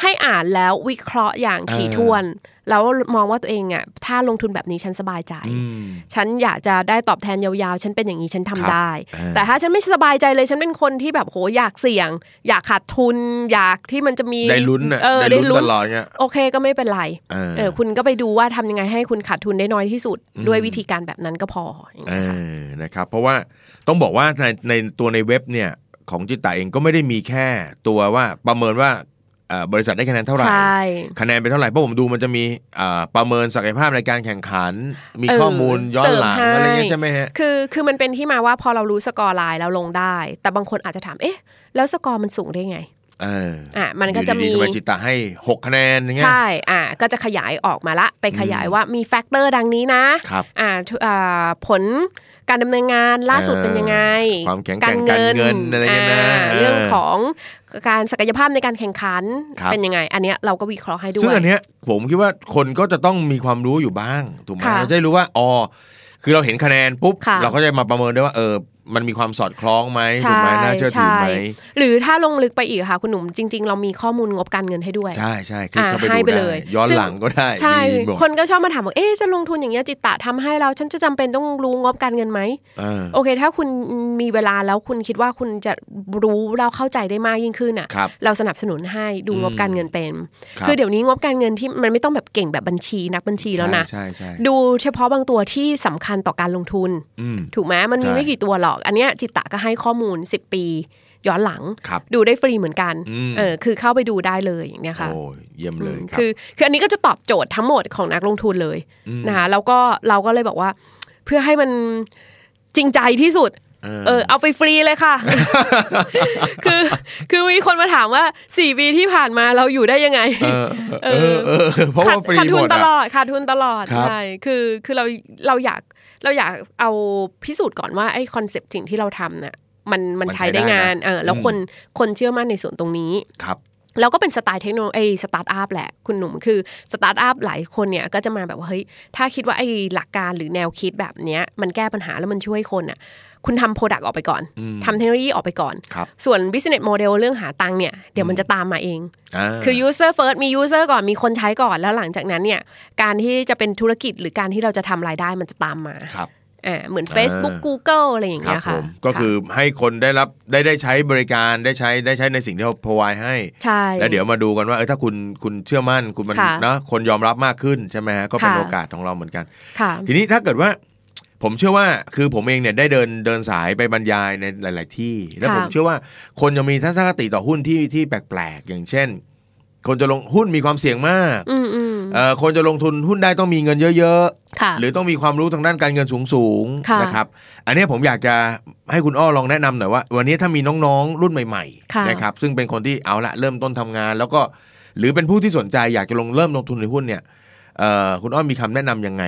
Speaker 2: ให้อ่านแล้ววิเคราะห์อย่างถี่ถ้วน แล้วมองว่าตัวเองอ่ะถ้าลงทุนแบบนี้ฉันสบายใจ ฉันอยากจะได้ตอบแทนยาวๆ ฉันเป็นอย่างนี้ฉัน
Speaker 1: ค
Speaker 2: ทำ
Speaker 1: รับ
Speaker 2: ได้
Speaker 1: เออ
Speaker 2: แต่ถ้าฉันไม่สบายใจเลยฉันเป็นคนที่แบบโหอยากเสี่ยง อยากขาดทุน อยากที่มันจะมี
Speaker 1: ได้ลุ้นน่ะ
Speaker 2: เออ
Speaker 1: ได้
Speaker 2: ได้
Speaker 1: ลุ้
Speaker 2: ลุ้
Speaker 1: น
Speaker 2: น
Speaker 1: ตลอดเงี้ย
Speaker 2: โอเคก็ไม่เป็นไร
Speaker 1: เออ
Speaker 2: เออคุณก็ไปดูว่าทำยังไงให้คุณขาดทุนได้น้อยที่สุด ด้วยวิธีการแบบนั้นก็พออย่าง
Speaker 1: เอ
Speaker 2: เงี้ยค่ะ
Speaker 1: อนะครับเพราะว่าต้องบอกว่าในในตัวในเว็บเนี่ยของจิตตาเองก็ไม่ได้มีแค่ตัวว่าประเมินว่าเอ อ่อบริษัทได้คะแนนเท่าไหร่
Speaker 2: ใช่
Speaker 1: คะแนนเป็นเท่าไหร่เพราะผมดูมันจะมีอ่าประเมินศักยภาพในการแข่งขัน มี
Speaker 2: เออ
Speaker 1: ข้อมูลย้อนหลัง
Speaker 2: เสริม
Speaker 1: อะ
Speaker 2: ให้
Speaker 1: ไรเงี้ยใช่ไหมฮะ
Speaker 2: คือคือมันเป็นที่มาว่าพอเรารู้สกอร์ไลน์แล้วลงได้ แต่บางคนอาจจะถามเอ๊ะ แล้วสกอร์มันสูงได้ไง
Speaker 1: เออ
Speaker 2: อ่ะมันก็จะ
Speaker 1: อยู่ดีๆ
Speaker 2: มี
Speaker 1: ทำไจิตตะให้ 6 คะแนนอย่างเงี้ย
Speaker 2: ใช่ อ่า ก็จะขยายออกมาละ ไปขยายว่ามีแฟกเตอร์ดังนี้นะครับ อ่าทุอ่า ผลการดำเนินงานล่าสุด
Speaker 1: เออ
Speaker 2: เป็นยังไง
Speaker 1: ความแข็งแกร่งการเงินอะไรเงี้ยนะ
Speaker 2: อ่า
Speaker 1: เออ
Speaker 2: เรื่องของการศักยภาพในการแข่งขัน
Speaker 1: ครับ
Speaker 2: เป็นยังไง อันเนี้ยเราก็วิเคราะห์ให้ด้วย
Speaker 1: ซึ่งอันเนี้ยผมคิดว่าคนก็จะต้องมีความรู้อยู่บ้างถูกไหม
Speaker 2: ค่ะ
Speaker 1: เราจะได้รู้ว่าอ๋อคือเราเห็นคะแนนปุ๊บ
Speaker 2: ค่ะ
Speaker 1: เราก็จะมาประเมินได้ว่าเออมันมีความสอดคล้องไหมถูกไหมน่าเชื่อถือไหม
Speaker 2: ใช่หรือถ้าลงลึกไปอีกค่ะคุณหนุ่มจริง ๆ เรามีข้อมูลงบการเงินให้ด้วย
Speaker 1: ใช่ใช่คลิกเข้าไป
Speaker 2: อ่าให้
Speaker 1: ดู
Speaker 2: ไป
Speaker 1: ได้
Speaker 2: เลย
Speaker 1: ย้อน
Speaker 2: ซึ่ง
Speaker 1: หลังก็ได้
Speaker 2: ใช่
Speaker 1: มีหมด
Speaker 2: คนก็ชอบมาถามว่าเอ๊ะจะลงทุนอย่างเงี้ยจิตตะทำให้เราฉันจะจำเป็นต้องรู้งบการเงินไหม
Speaker 1: เออ
Speaker 2: โอเค ถ้าคุณมีเวลาแล้วคุณคิดว่าคุณจะรู้เราเข้าใจได้มากยิ่งขึ้นอ่ะ
Speaker 1: ครับ
Speaker 2: เราสนับสนุนให้ดู
Speaker 1: อืม
Speaker 2: งบการเงินเป็น
Speaker 1: ครับ
Speaker 2: คือเดี๋ยวนี้งบการเงินที่มันไม่ต้องแบบเก่งแบบบัญชีนักบัญชีแล้วนะ
Speaker 1: ใช่ใช่ใช่
Speaker 2: ดูเฉพาะบางตัวที่สำคัญต่อการลงทุน
Speaker 1: อืม
Speaker 2: ถูกไหมมันมี
Speaker 1: ใช่
Speaker 2: ไม่กี่ตัวหรอก อันเนี้ยจิตตะก็ให้ข้อมูล 10 ปี ย้อนหลัง
Speaker 1: ครับ
Speaker 2: ดูได้ฟรีเหมือนกัน
Speaker 1: อืม
Speaker 2: เออ คือเข้าไปดูได้เลยอย่างเนี้ยค่ะ
Speaker 1: โอ้ยเยี่ยมเลยครับ
Speaker 2: คือคืออันนี้ก็จะตอบโจทย์ทั้งหมดของนักลงทุนเลยนะคะแล้วก็เราก็เลยบอกว่า เพื่อให้มันจริงใจที่สุด
Speaker 1: เออ
Speaker 2: เออ เอาไปฟรีเลยค่ะ คือคือมีคนมาถามว่าสี่ปีที่ผ่านมาเราอยู่ได้ยังไง
Speaker 1: เออเออเออเพราะ
Speaker 2: ขา
Speaker 1: ว่า
Speaker 2: ด
Speaker 1: ฟรี
Speaker 2: ขาด
Speaker 1: ห
Speaker 2: ทุ
Speaker 1: ม
Speaker 2: น
Speaker 1: ด
Speaker 2: ตล
Speaker 1: อะ
Speaker 2: อดขาดทุนตลอด
Speaker 1: ครับ
Speaker 2: ใช่คือคือเราเราอยากเราอยากเอาพิสูจน์ก่อนว่าไอ้คอนเซปต์สิ่งที่เราทำน่ะมันมัน
Speaker 1: มันใช้
Speaker 2: ใช้ได้
Speaker 1: ได้นะ
Speaker 2: งานเออแล้ว
Speaker 1: อืม
Speaker 2: คนคนเชื่อมั่นในส่วนตรงนี้
Speaker 1: ครับ
Speaker 2: แล้วก็เป็นสไตล์เทคโนโลยีสตาร์ทอัพแหละคุณหนุ่มคือสตาร์ทอัพหลายคนเนี่ยก็จะมาแบบว่าเฮ้ยถ้าคิดว่าไอ้หลักการหรือแนวคิดแบบเนี้ยมันแก้ปัญหาแล้วมันช่วยคนอ่ะคุณทำโปรดักต์ออกไปก่อน
Speaker 1: อืม
Speaker 2: ทำเทคโนโลยีออกไปก่อน
Speaker 1: ครับ
Speaker 2: ส่วน business model เรื่องหาตังค์เนี่ยเดี๋ยวมันจะตามมาเอง
Speaker 1: า
Speaker 2: คือ user first มี user ก่อนมีคนใช้ก่อนแล้วหลังจากนั้นเนี่ยการที่จะเป็นธุรกิจหรือการที่เราจะทำรายได้มันจะตามมา
Speaker 1: ครับ
Speaker 2: อ่าเหมือน Facebook Google อะไรอย่าง
Speaker 1: ครั
Speaker 2: เงี้
Speaker 1: บ
Speaker 2: ย
Speaker 1: ผ
Speaker 2: ค่ะ
Speaker 1: มก็คือให้คนได้รับได้ได้ใช้บริการได้ใช้ได้ใช้ในสิ่งที่เราพรายให้
Speaker 2: ใช่
Speaker 1: แล้วเดี๋ยวมาดูกันว่าเออถ้าคุณคุณเชื่อมั่นคุณมัน
Speaker 2: ค่ะ
Speaker 1: นะคนยอมรับมากขึ้นใช่ไหมฮะก็เป็น
Speaker 2: ค่ะ
Speaker 1: โอกาสของเราเหมือนกัน
Speaker 2: ค่ะ
Speaker 1: ทีนี้ถ้าเกิดว่า ผมเชื่อว่าคือผมเองเนี่ยได้เดินเดินสายไปบรรยายในหลาย ๆ ที่ แล้ว
Speaker 2: ค่ะ
Speaker 1: ผมเชื่อว่าคนจะมีทัศนคติต่อหุ้นที่ที่แปลก ๆ อย่างเช่น คนจะลงหุ้นมีความเสี่ยงมาก
Speaker 2: อืมอืม
Speaker 1: เอ่อคนจะลงทุนหุ้นได้ต้องมีเงินเยอะ ๆ
Speaker 2: ค่ะ
Speaker 1: หรือต้องมีความรู้ทางด้านการเงินสูงๆ
Speaker 2: ค่ะ
Speaker 1: นะครับ อันเนี้ยผมอยากจะให้คุณอ้อลองแนะนำหน่อยว่า วันนี้ถ้ามีน้องๆ รุ่นใหม่
Speaker 2: ค่ะ
Speaker 1: ๆนะครับซึ่งเป็นคนที่เอาละเริ่มต้นทำงาน แล้วก็หรือเป็นผู้ที่สนใจอยากจะลงเริ่มลงทุนในหุ้นเนี่ยเอ่อคุณอ้อมีคำแนะนำยังไง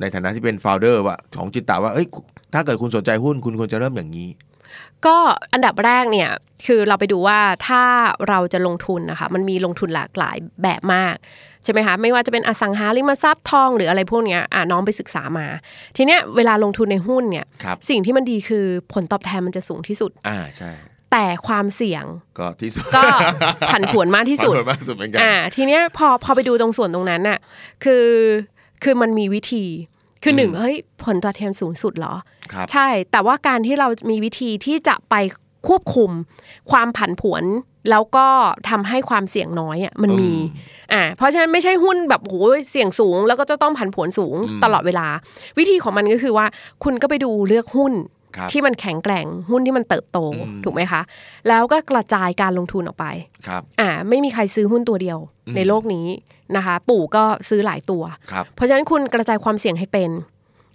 Speaker 1: ในฐานะที่เป็นโฟลเดอร์ว่าของจิตตาว่าเอ้ยถ้าเกิดคุณสนใจหุ้นคุณควรจะเริ่มอย่างนี้
Speaker 2: ก็อันดับแรกเนี่ยคือเราไปดูว่าถ้าเราจะลงทุนนะคะมันมีลงทุนหลากหลายแบบมากใช่ไหมคะไม่ว่าจะเป็นอสังหาริมทรัพย์ทองหรืออะไรพวกเนี้ยอ่ะน้องไปศึกษามา ทีเนี้ยเวลาลงทุนในหุ้นเนี่ย
Speaker 1: ครับ
Speaker 2: สิ่งที่มันดีคือผลตอบแทนมันจะสูงที่สุด
Speaker 1: อ่าใช่
Speaker 2: แต่ความเสี่ยง
Speaker 1: ก็ที่สุด
Speaker 2: ก็ผันผวนมากที่สุด
Speaker 1: มากสุดเหมือนกัน
Speaker 2: อ่า ทีเนี้ยพอพอไปดูตรงส่วนตรงนั้นน่ะ คือ คือมันมีวิธี คือหนึ่งเฮ้ย ผลตอบแทนสูงสุดเหรอ
Speaker 1: ครับ
Speaker 2: ใช่ แต่ว่าการที่เรามีวิธีที่จะไปควบคุม ความผันผวน แล้วก็ทำให้ความเสี่ยงน้อยอ่ะ มันมี อ่า เพราะฉะนั้นไม่ใช่หุ้นแบบโหเสี่ยงสูง แล้วก็จะต้องผันผวนสูงตลอดเวลา วิธีของมันก็คือว่า คุณก็ไปดูเลือกหุ้น
Speaker 1: ครับ
Speaker 2: ที่มันแข็งแกร่ง หุ้นที่มันเติบโต ถูกไหมคะ แล้วก็กระจายการลงทุนออกไป
Speaker 1: ครับ
Speaker 2: อ่าไม่มีใครซื้อหุ้นตัวเดียวในโลกนี้นะคะ ปู่ก็ซื้อหลายตัว
Speaker 1: ครับ
Speaker 2: เพราะฉะนั้นคุณกระจายความเสี่ยงให้เป็น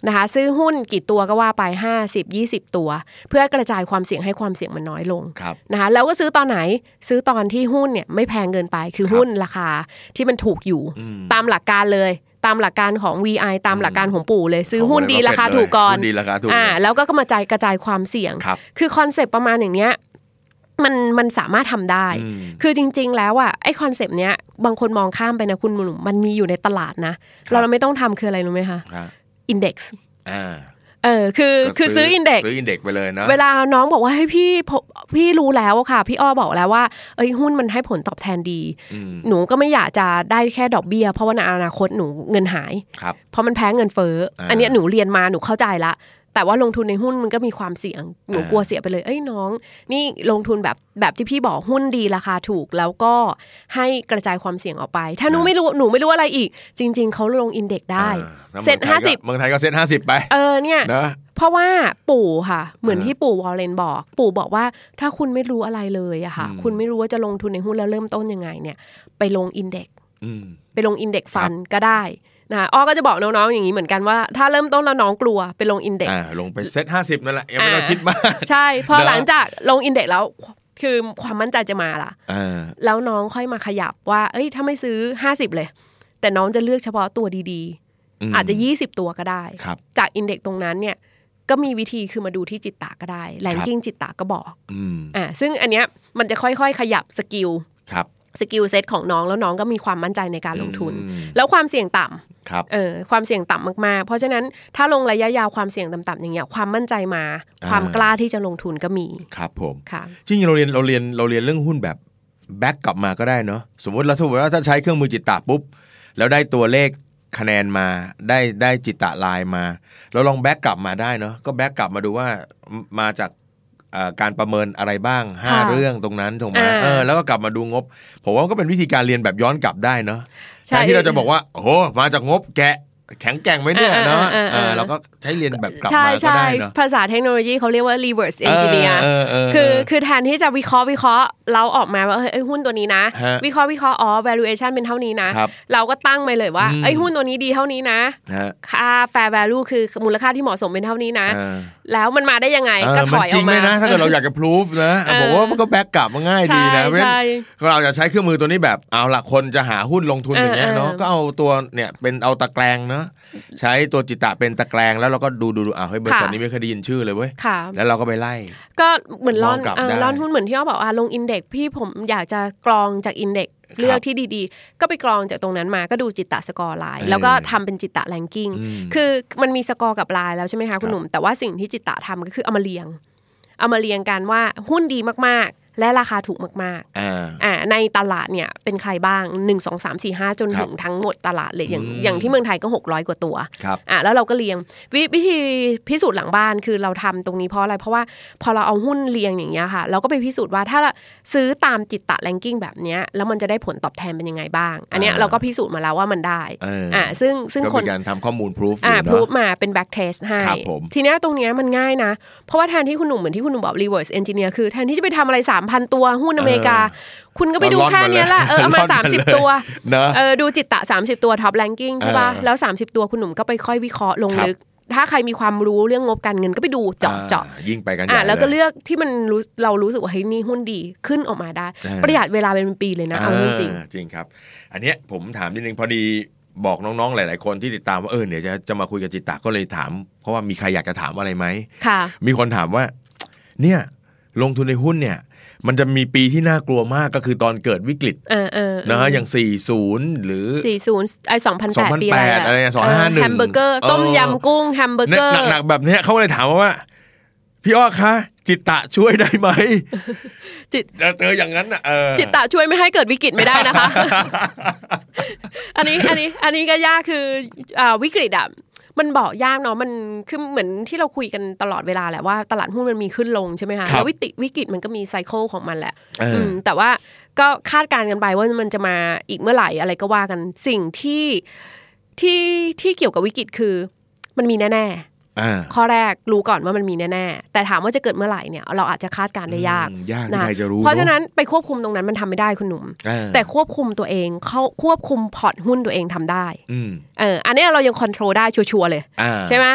Speaker 2: นะคะ ซื้อหุ้นกี่ตัวก็ว่าไป 50 20 ตัว เพื่อกระจายความเสี่ยงให้ความเสี่ยงมันน้อยลง
Speaker 1: ครับ
Speaker 2: นะคะแล้วก็ซื้อตอนไหนซื้อตอนที่หุ้นเนี่ยไม่แพงเกินไปคือหุ้นราคาที่มันถูกอยู่ ตามหลักการเลย ตามหลักการของ VI ตามหลักการของปู่เลย ซื้อหุ้นดีราคาถูกก่อน
Speaker 1: หุ้นดีราคาถูก
Speaker 2: อ่าแล้วก็กระจายกระจายความเสี่ยง
Speaker 1: ครับ
Speaker 2: คือคอนเซปต์ประมาณอย่างเนี้ยมันมันสามารถทำได้
Speaker 1: อืม
Speaker 2: คือจริง ๆ แล้วอ่ะไอคอนเซปต์เนี้ยบางคนมองข้ามไปนะคุณหนุ่มมันมีอยู่ในตลาดนะ
Speaker 1: ครับ
Speaker 2: เราเราไม่ต้องทำคืออะไรรู้ไหมคะ
Speaker 1: ครับ
Speaker 2: อินเด็กซ์
Speaker 1: อ่า
Speaker 2: เออคือคือซื้ออินเด็กซ์
Speaker 1: ซื้ออินเด็กซ์ไปเลยนะ
Speaker 2: เวลาน้องบอกว่าให้ยพี่ผมพี่รู้แล้วอะค่ะ พี่อ้อบอกแล้วว่าเอ้ยหุ้นมันให้ผลตอบแทนดี
Speaker 1: อืม
Speaker 2: หนูก็ไม่อยากจะได้แค่ดอกเบี้ย เพราะว่าในอนาคตหนูเงินหาย
Speaker 1: ครับ
Speaker 2: เพราะมันแพ้เงินเฟ้อ
Speaker 1: อ่า
Speaker 2: อันเนี้ยหนูเรียนมาหนูเข้าใจละ แต่ว่าลงทุนในหุ้นมันก็มีความเสี่ยงหนู
Speaker 1: อ่าก
Speaker 2: ลัวเสียไปเลย เอ้ยน้อง นี่ลงทุนแบบแบบที่พี่บอกหุ้นดีราคาถูก แล้วก็ให้กระจายความเสี่ยงออกไป ถ้าหนู
Speaker 1: อ่า
Speaker 2: ไม่รู้หนูไม่รู้อะไรอีก จริง ๆเขาลงอินเด็กซ์ได้
Speaker 1: อ่า
Speaker 2: เซ็ตห้าสิบ
Speaker 1: เมืองไทยก็เซ็ตห้าสิบไป
Speaker 2: เออเนี่ย
Speaker 1: นะ
Speaker 2: เพราะว่าปู่ค่ะ เหมือน
Speaker 1: อ่า
Speaker 2: ที่ปู่วอลเลนบอก ปู่บอกว่าถ้าคุณไม่รู้อะไรเลยอะค่ะ
Speaker 1: อืม
Speaker 2: คุณไม่รู้ว่าจะลงทุนในหุ้นแล้วเริ่มต้นยังไงเนี่ย ไปลงอินเด็ก
Speaker 1: อืม
Speaker 2: ไปลงอินเด็กฟันก็ได้นะคะอ้อก็จะบอกน้องๆอย่างนี้เหมือนกันว่า ถ้าเริ่มต้นแล้วน้องกลัวไปลงอินเด็ก
Speaker 1: อ่าลงไปเซตห้าสิบนั่นแหละยังไม่ต้อง
Speaker 2: อ่า
Speaker 1: คิดมาก
Speaker 2: ใช่พอ
Speaker 1: เนอะ
Speaker 2: หลังจากลงอินเด็กแล้วคือความมั่นใจจะมาล่ะ
Speaker 1: อ่า
Speaker 2: แล้วน้องค่อยมาขยับว่า เอ้ยถ้าไม่ซื้อ 50 เลย แต่น้องจะเลือกเฉพาะตัวดี
Speaker 1: ม
Speaker 2: ๆ อาจจะ 20 ตัวก็ได้
Speaker 1: ครับ
Speaker 2: จากอินเด็กตรงนั้นเนี่ยก็มีวิธีคือมาดูที่จิตตาก็ได้แลนกิ้งจิตตาก็บอก
Speaker 1: อืม
Speaker 2: อ่าซึ่งอันเนี้ยมันจะค่อยๆ ขยับสกิล
Speaker 1: ครับ
Speaker 2: สกิลเซตของน้องแล้วน้องก็มีความมั่นใจในการลงทุน
Speaker 1: อืม
Speaker 2: แล้วความเสี่ยงต่ำ
Speaker 1: ครับ
Speaker 2: เออความเสี่ยงต่ำมากๆ เพราะฉะนั้นถ้าลงระยะยาวความเสี่ยงต่ำๆอย่างเงี้ยความมั่นใจมา
Speaker 1: อ่า
Speaker 2: ความกล้าที่จะลงทุนก็มี
Speaker 1: ครับผม
Speaker 2: ค่ะ
Speaker 1: จริงๆเราเรียนเราเรียนเราเรียนเรื่องหุ้นแบบแบ็กกลับมาก็ได้เนาะสมมติเราถ้าว่าถ้าใช้เครื่องมือจิตตะปุ๊บ แล้วได้ตัวเลขคะแนนมาได้ได้จิตตะลายมา เราลองแบ็กกลับมาได้เนาะก็แบ็กกลับมาดูว่ามามาจากเอ่อการประเมินอะไรบ้างห้า
Speaker 2: ค่ะ
Speaker 1: เรื่องตรงนั้นถูกไหม
Speaker 2: อ่า
Speaker 1: เออแล้วก็กลับมาดูงบผมว่าก็เป็นวิธีการเรียนแบบย้อนกลับได้เนาะ แท
Speaker 2: ใช่
Speaker 1: นที่เราจะบอกว่าโอ้โหมาจากงบแกะแข็งแกร่งไหมเนี่ย
Speaker 2: อ่า
Speaker 1: เนาะ
Speaker 2: อ่าอ่า
Speaker 1: เออเราก็ใช้เรียนแบบกลับ
Speaker 2: ใช่
Speaker 1: มาก็
Speaker 2: ใช่
Speaker 1: ได้เนาะ
Speaker 2: ภาษาเทคโนโลยีเขาเรียกว่า reverse engineer
Speaker 1: เออเเ
Speaker 2: คือ
Speaker 1: เ
Speaker 2: คือแทนที่จะวิเคราะห์วิเคราะห์เราออกมาว่าเอ้ยเอ้ยหุ้นตัวนี้นะ
Speaker 1: ฮะ
Speaker 2: วิเคราะห์วิเคราะห์อ๋อ valuation เป็นเท่านี้นะ
Speaker 1: ครับ
Speaker 2: เราก็ตั้งไปเลยว่า
Speaker 1: อืม
Speaker 2: ไอ้ยหุ้นตัวนี้ดีเท่านี้นะ
Speaker 1: ฮะ
Speaker 2: ค่า fair value คือมูลค่าที่เหมาะสมเป็นเท่านี้นะ
Speaker 1: เออ
Speaker 2: แล้วมันมาได้ยังไง
Speaker 1: เออ
Speaker 2: ก็ถ
Speaker 1: มัน
Speaker 2: อย
Speaker 1: จ
Speaker 2: อ
Speaker 1: ริ
Speaker 2: อง ก
Speaker 1: ไหม
Speaker 2: มา
Speaker 1: นะถ้าเกิดเราอยากจะพิสูจ นะเออผมว่ามันก็แบ็กกลับมาง่ายดี
Speaker 2: ใช่
Speaker 1: นะเพราะฉะ
Speaker 2: ใช่
Speaker 1: นั้นเราอยากใช้เครื่องมือตัวนี้แบบเอาละคนจะหาหุ้นลงทุนอย่างเงี้ยเนาะ
Speaker 2: เออเออ
Speaker 1: ก็เอาตัวเนี่ยเป็นเอาตะแกรงเนาะใช้ตัวจิตตะเป็นตะแกรงแล้วเราก็ดูดูดูอ่ะเฮ้ยบริษัทนี้ไม่เคยได้ยินชื่อเลยเว้ย
Speaker 2: ค่ะ
Speaker 1: แล้วเราก็ไปไล่
Speaker 2: ก็เหมือนร่อน
Speaker 1: มองกลับ
Speaker 2: เอ่อ
Speaker 1: ได้
Speaker 2: ร่อนหุ้นเหมือนที่อ้อบอกอ่ะลงอินเด็กซ์พี่ผมอยากจะกรองจากอินเด็กซ์เลือกที่ดีๆ ก็ไปกรองจากตรงนั้นมาก็ดูจิตตะสกอร์ไลน์
Speaker 1: เออ
Speaker 2: แล้วก็ทำเป็นจิตตะแรงกิ้ง
Speaker 1: อืม
Speaker 2: คือมันมีสกอร์กับไลน์แล้วใช่ไหมคะ
Speaker 1: ค
Speaker 2: คุ
Speaker 1: รั
Speaker 2: ณ
Speaker 1: บ
Speaker 2: หนุ่ม แต่ว่าสิ่งที่จิตตะทำก็คือเอามาเรียง เอามาเรียงกันว่าหุ้นดีมากๆ และราคาถูกมากๆ
Speaker 1: อ่า
Speaker 2: อ่าในตลาดเนี่ยเป็นใครบ้าง 1 2 3 4 5 จน
Speaker 1: ครับ
Speaker 2: ถึงทั้งหมดตลาดเลยอย่าง
Speaker 1: อืม
Speaker 2: อย่างที่เมืองไทยก็ 600 กว่าตัว
Speaker 1: ครับ
Speaker 2: อ่ะแล้วเราก็เรียงววิธีพิสูจน์หลังบ้านคือเราทำตรงนี้เพราะอะไร เพราะว่าพอเราเอาหุ้นเรียงอย่างเงี้ยค่ะ เราก็ไปพิสูจน์ว่าถ้าซื้อตามจิตตะแรงกิ้งแบบเนี้ยแล้วมันจะได้ผลตอบแทนเป็นยังไงบ้าง อันเนี้ยเราก็พิสูจน์มาแล้วว่ามันได้
Speaker 1: เอออ
Speaker 2: อ่ะซึ่งซึ่ง
Speaker 1: ก็
Speaker 2: คน
Speaker 1: มีการทำข้อมูลพิสูจ
Speaker 2: อ่ะ
Speaker 1: เน
Speaker 2: พูด
Speaker 1: อะ
Speaker 2: มาเป็น back test ให้
Speaker 1: ครับผม
Speaker 2: ทีเนี้ยตรงเนี้ยมันง่ายนะ เพราะว่าแทนที่คุณหนุ่มเหมือนที่คุณหนุ่มบอก reverse engineer คือแทนที่จะไปทำอะไร 3,000 ตัวหุ้นอเมริกา คุณก็ไปดูแค่เนี้ยแหละเออเอามา 30 ตัว
Speaker 1: เนอะ
Speaker 2: เออดูจิตตะ 30 ตัวท็อปแ n งกิ้งใช่ป่ะ
Speaker 1: เออ
Speaker 2: แล้ว 30 ตัวคุณหนุ่มก็ไปค่อยวิเคราะห์ลงลึก ถ้าใครมีความรู้เรื่องงบการเงินก็ไปดูเจาะเจาะ
Speaker 1: อ่ยิ่งไปกันใหญ่
Speaker 2: อ่ะแล้วก็
Speaker 1: ย
Speaker 2: เลือกที่มันรู้เรารู้สึกว่าเฮ้ยนี่หุ้นดีขึ้นออกมาได้
Speaker 1: เออ
Speaker 2: ประหยัดเวลาเป็นปีเลยนะเอาจริง
Speaker 1: อ่าจริงครับ อันเนี้ยผมถามนิดนึงพอดีบอกน้องๆหลาย ๆ คนที่ติดตามว่าเออเดี๋ยวจะจะมาคุยกับจิตตะก็เลยถาม เพราะว่ามีใครอยากจะถามอะไรไหม
Speaker 2: ๆ ค่ะ
Speaker 1: มีคนถามว่า เนี่ยลงทุนในหุ้นเนี่ย มันจะมีปีที่น่ากลัวมากก็คือตอนเกิดวิกฤต
Speaker 2: เออเออ
Speaker 1: นะฮะอย่าง 40 หรือ
Speaker 2: สี่ศูนย์ไอสองพันแปด
Speaker 1: 2008
Speaker 2: ปีอะไระ
Speaker 1: อะไรอะ251
Speaker 2: แฮมเบอร์เกอร์ ต้ม
Speaker 1: เออ
Speaker 2: ยำกุ้งแฮมเบอร์
Speaker 1: เนี่
Speaker 2: เก
Speaker 1: ย
Speaker 2: อร์
Speaker 1: หนักๆแบบเนี้ยเขาเลยถามมาว่า พี่อ้อคะจิตตะช่วยได้ไหม
Speaker 2: จิต
Speaker 1: จะเจออย่างนั้นน่ะเออ
Speaker 2: จิตตะช่วยไม่ให้เกิดวิกฤตไม่ได้ นะคะ อันนี้อันนี้อันนี้ก็ยากคืออ่าวิกฤตอ่ะมันบอกยากเนาะมันคือเหมือนที่เราคุยกันตลอดเวลาแหละว่าตลาดหุ้นมันมีขึ้นลงใช่ไหมคะ
Speaker 1: ครับ
Speaker 2: แล้ววิติวิกฤตมันก็มีไซเคิลของมันแหละ
Speaker 1: เอออื
Speaker 2: มแต่ว่าก็คาดการณ์กันไปว่ามันจะมาอีกเมื่อไหร่อะไรก็ว่ากันสิ่งที่ที่ที่เกี่ยวกับวิกฤตคือ มันมีแน่
Speaker 1: า
Speaker 2: ๆข้อแรกรู้ก่อนว่ามันมีแน่ๆแต่ถามว่าจะเกิดเมื่อไหร่เนี่ยเราอาจจะคาดการณ์ได้ยาก
Speaker 1: อืมยากที่
Speaker 2: นะ
Speaker 1: ใครจะรู้
Speaker 2: เพราะฉะนั้นไปควบคุมตรงนั้นมันทำไม่ได้คุณหนุ่ม
Speaker 1: เนอะ
Speaker 2: แต่ควบคุมตัวเองเขาควบคุมพอร์ตหุ้นตัวเองทำได้
Speaker 1: อืม
Speaker 2: เอออันเนี้ยเรายังค o n t r o l ได้ชัวร์ๆเลย
Speaker 1: อ่า
Speaker 2: ใช่ไหม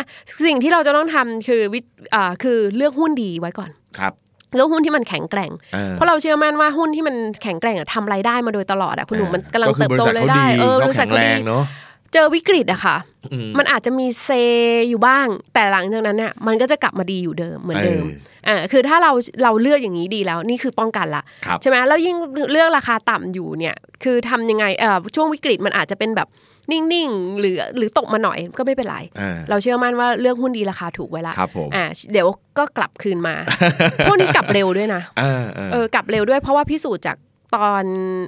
Speaker 2: สิ่งที่เราจะต้องทำคือวิอ่าคือเลือกหุ้นดีไว้ก่อน
Speaker 1: ครับ
Speaker 2: เลือกหุ้นที่มันแข็งแกร่ง
Speaker 1: อ่
Speaker 2: เพราะเราเชื่อมั่นว่าหุ้นที่มันแข็งแกร่งอะทำรายได้มาโดยตลอดอะคุณหนุ่มมันกำลัง
Speaker 1: คื
Speaker 2: เติ
Speaker 1: อบ
Speaker 2: โต
Speaker 1: ษัท
Speaker 2: เลย
Speaker 1: ขา
Speaker 2: ได้เออบ
Speaker 1: เขา
Speaker 2: ริษัท
Speaker 1: แข็ง
Speaker 2: เขา
Speaker 1: แร
Speaker 2: ดี
Speaker 1: งเนาะ
Speaker 2: เจอวิกฤตอะค่ะ
Speaker 1: อืม
Speaker 2: มันอาจจะมีเซอยู่บ้าง แต่หลังจากนั้นเนี่ยมันก็จะกลับมาดีอยู่เดิมเหมือนเดิม
Speaker 1: เออ
Speaker 2: อ่าคือถ้าเราเราเลือกอย่างนี้ดีแล้วนี่คือป้องกันละ
Speaker 1: ครับ
Speaker 2: ใช่ไหมแล้วยิ่งเลือกราคาต่ำอยู่เนี่ยคือทำยังไงเอ่อช่วงวิกฤตมันอาจจะเป็นแบบนิ่งๆหรือหรือตกมาหน่อยก็ไม่เป็นไร
Speaker 1: อ่า
Speaker 2: เราเชื่อมั่นว่าเลือกหุ้นดีราคาถูกไว้ละ
Speaker 1: ครับผม
Speaker 2: อ่าเดี๋ยวก็กลับคืนมา พวกนี้กลับเร็วด้วยนะ
Speaker 1: อ่า
Speaker 2: เออกลับเร็วด้วยเพราะว่าพิสูจน์จากตอน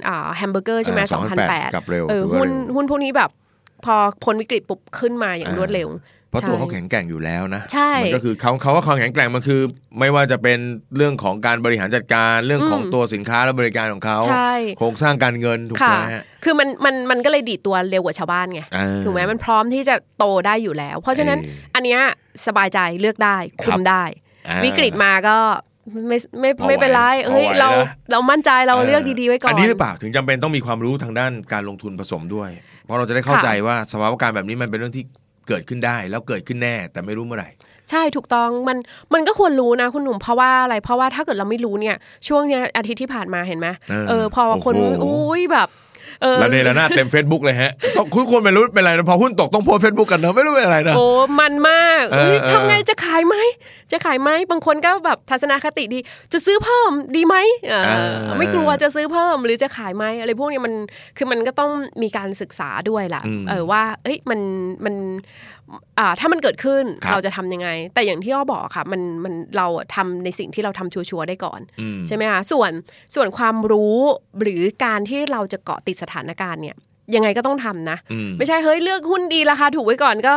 Speaker 2: อ่าแฮมเบอร์เกอร์ใช่ไหม
Speaker 1: า
Speaker 2: สองพันแปด
Speaker 1: 2008กลับเร็ว
Speaker 2: เออ
Speaker 1: ถือว่า
Speaker 2: หุ้น
Speaker 1: เร็ว
Speaker 2: หุ้นพวกนี้แบบ พอพ้นวิกฤตปุ๊บขึ้นมาอย่าง
Speaker 1: อ่าร
Speaker 2: วดเร็ว
Speaker 1: เพราะตัว
Speaker 2: ใช่
Speaker 1: เขาแข็งแกร่งอยู่แล้วนะ
Speaker 2: ใช่
Speaker 1: มัก็คือเขาเขาว่าความแข็งแกร่งมันคือ ไม่ว่าจะเป็นเรื่องของการบริหารจัดการเรื่องของตัวสินค้าและบริการของเขา
Speaker 2: ใช่
Speaker 1: โครงสร้างการเงินถูกไห
Speaker 2: ค่ะ
Speaker 1: มฮะ
Speaker 2: คือมันมันมันก็เลยดีดตัวเร็วกว่าชาวบ้านไง
Speaker 1: อ่า
Speaker 2: ถูกไหมมันพร้อมที่จะโตได้อยู่แล้ว เพราะฉะนั้น
Speaker 1: เออ
Speaker 2: อันเนี้ยสบายใจเลือกได้
Speaker 1: ครั
Speaker 2: คุ
Speaker 1: บ
Speaker 2: มได้
Speaker 1: อ่า
Speaker 2: วิกฤตมาก็ไม่ไม่
Speaker 1: พอไหว
Speaker 2: ไม่เป็นไรเอ้ย
Speaker 1: พอไหว
Speaker 2: เรา
Speaker 1: นะ
Speaker 2: เรามั่นใจเราเลือกดีๆไว้ก่อน
Speaker 1: นนี้หรือเปล่าถึงจำเป็นต้องมีความรู้ทางด้านการลงทุนผสมด้วย เพราะเราจะได้เข้า
Speaker 2: ค่ะ
Speaker 1: ใจว่าสภาวะการแบบนี้มันเป็นเรื่องที่เกิดขึ้นได้ แล้วเกิดขึ้นแน่ แต่ไม่รู้เมื่อไหร่
Speaker 2: ใช่ถูกต้องมันมันก็ควรรู้นะคุณหนุ่มเพราะว่าอะไรเพราะว่าถ้าเกิดเราไม่รู้เนี่ยช่วงเนี้ยอาทิตย์ที่ผ่านมาเห็นไหม
Speaker 1: เออ
Speaker 2: เออพอคน
Speaker 1: โอ้โห
Speaker 2: อุ้ยแบบเออ
Speaker 1: ระเนระนาดเต็ม Facebook เลยฮะ ต้องคุณควรไม่รู้เป็นไรนะพอหุ้นตกต้องโพสเฟซบุ๊กกันนะไม่รู้เป็นอะไรนะ
Speaker 2: โอ้มันมาก
Speaker 1: เออ
Speaker 2: เอ้ย
Speaker 1: เออ
Speaker 2: ทำไงจะขายไหมจะขายไหมบางคนก็แบบทัศนคติดี จะซื้อเพิ่มดีไหมเออ ไม่กลัวจะซื้อเพิ่มหรือจะขายไหมอะไรพวกเนี้ยมันคือมันก็ต้องมีการศึกษาด้วยล่ะ
Speaker 1: อืม
Speaker 2: เออว่าเอ้ยมันมันอ่าถ้ามันเกิดขึ้น
Speaker 1: ครับ
Speaker 2: เราจะทำยังไง แต่อย่างที่อ้อบอกค่ะมันมันเราอะทำในสิ่งที่เราทำชัวร์ๆได้ก่อน
Speaker 1: อืม
Speaker 2: ใช่ไหมคะส่วนส่วนความรู้หรือการที่เราจะเกาะติดสถานการณ์เนี่ยยังไงก็ต้องทำนะ
Speaker 1: อืม
Speaker 2: ไม่ใช่เฮ้ยเลือกหุ้นดีราคาถูกไว้ก่อนก็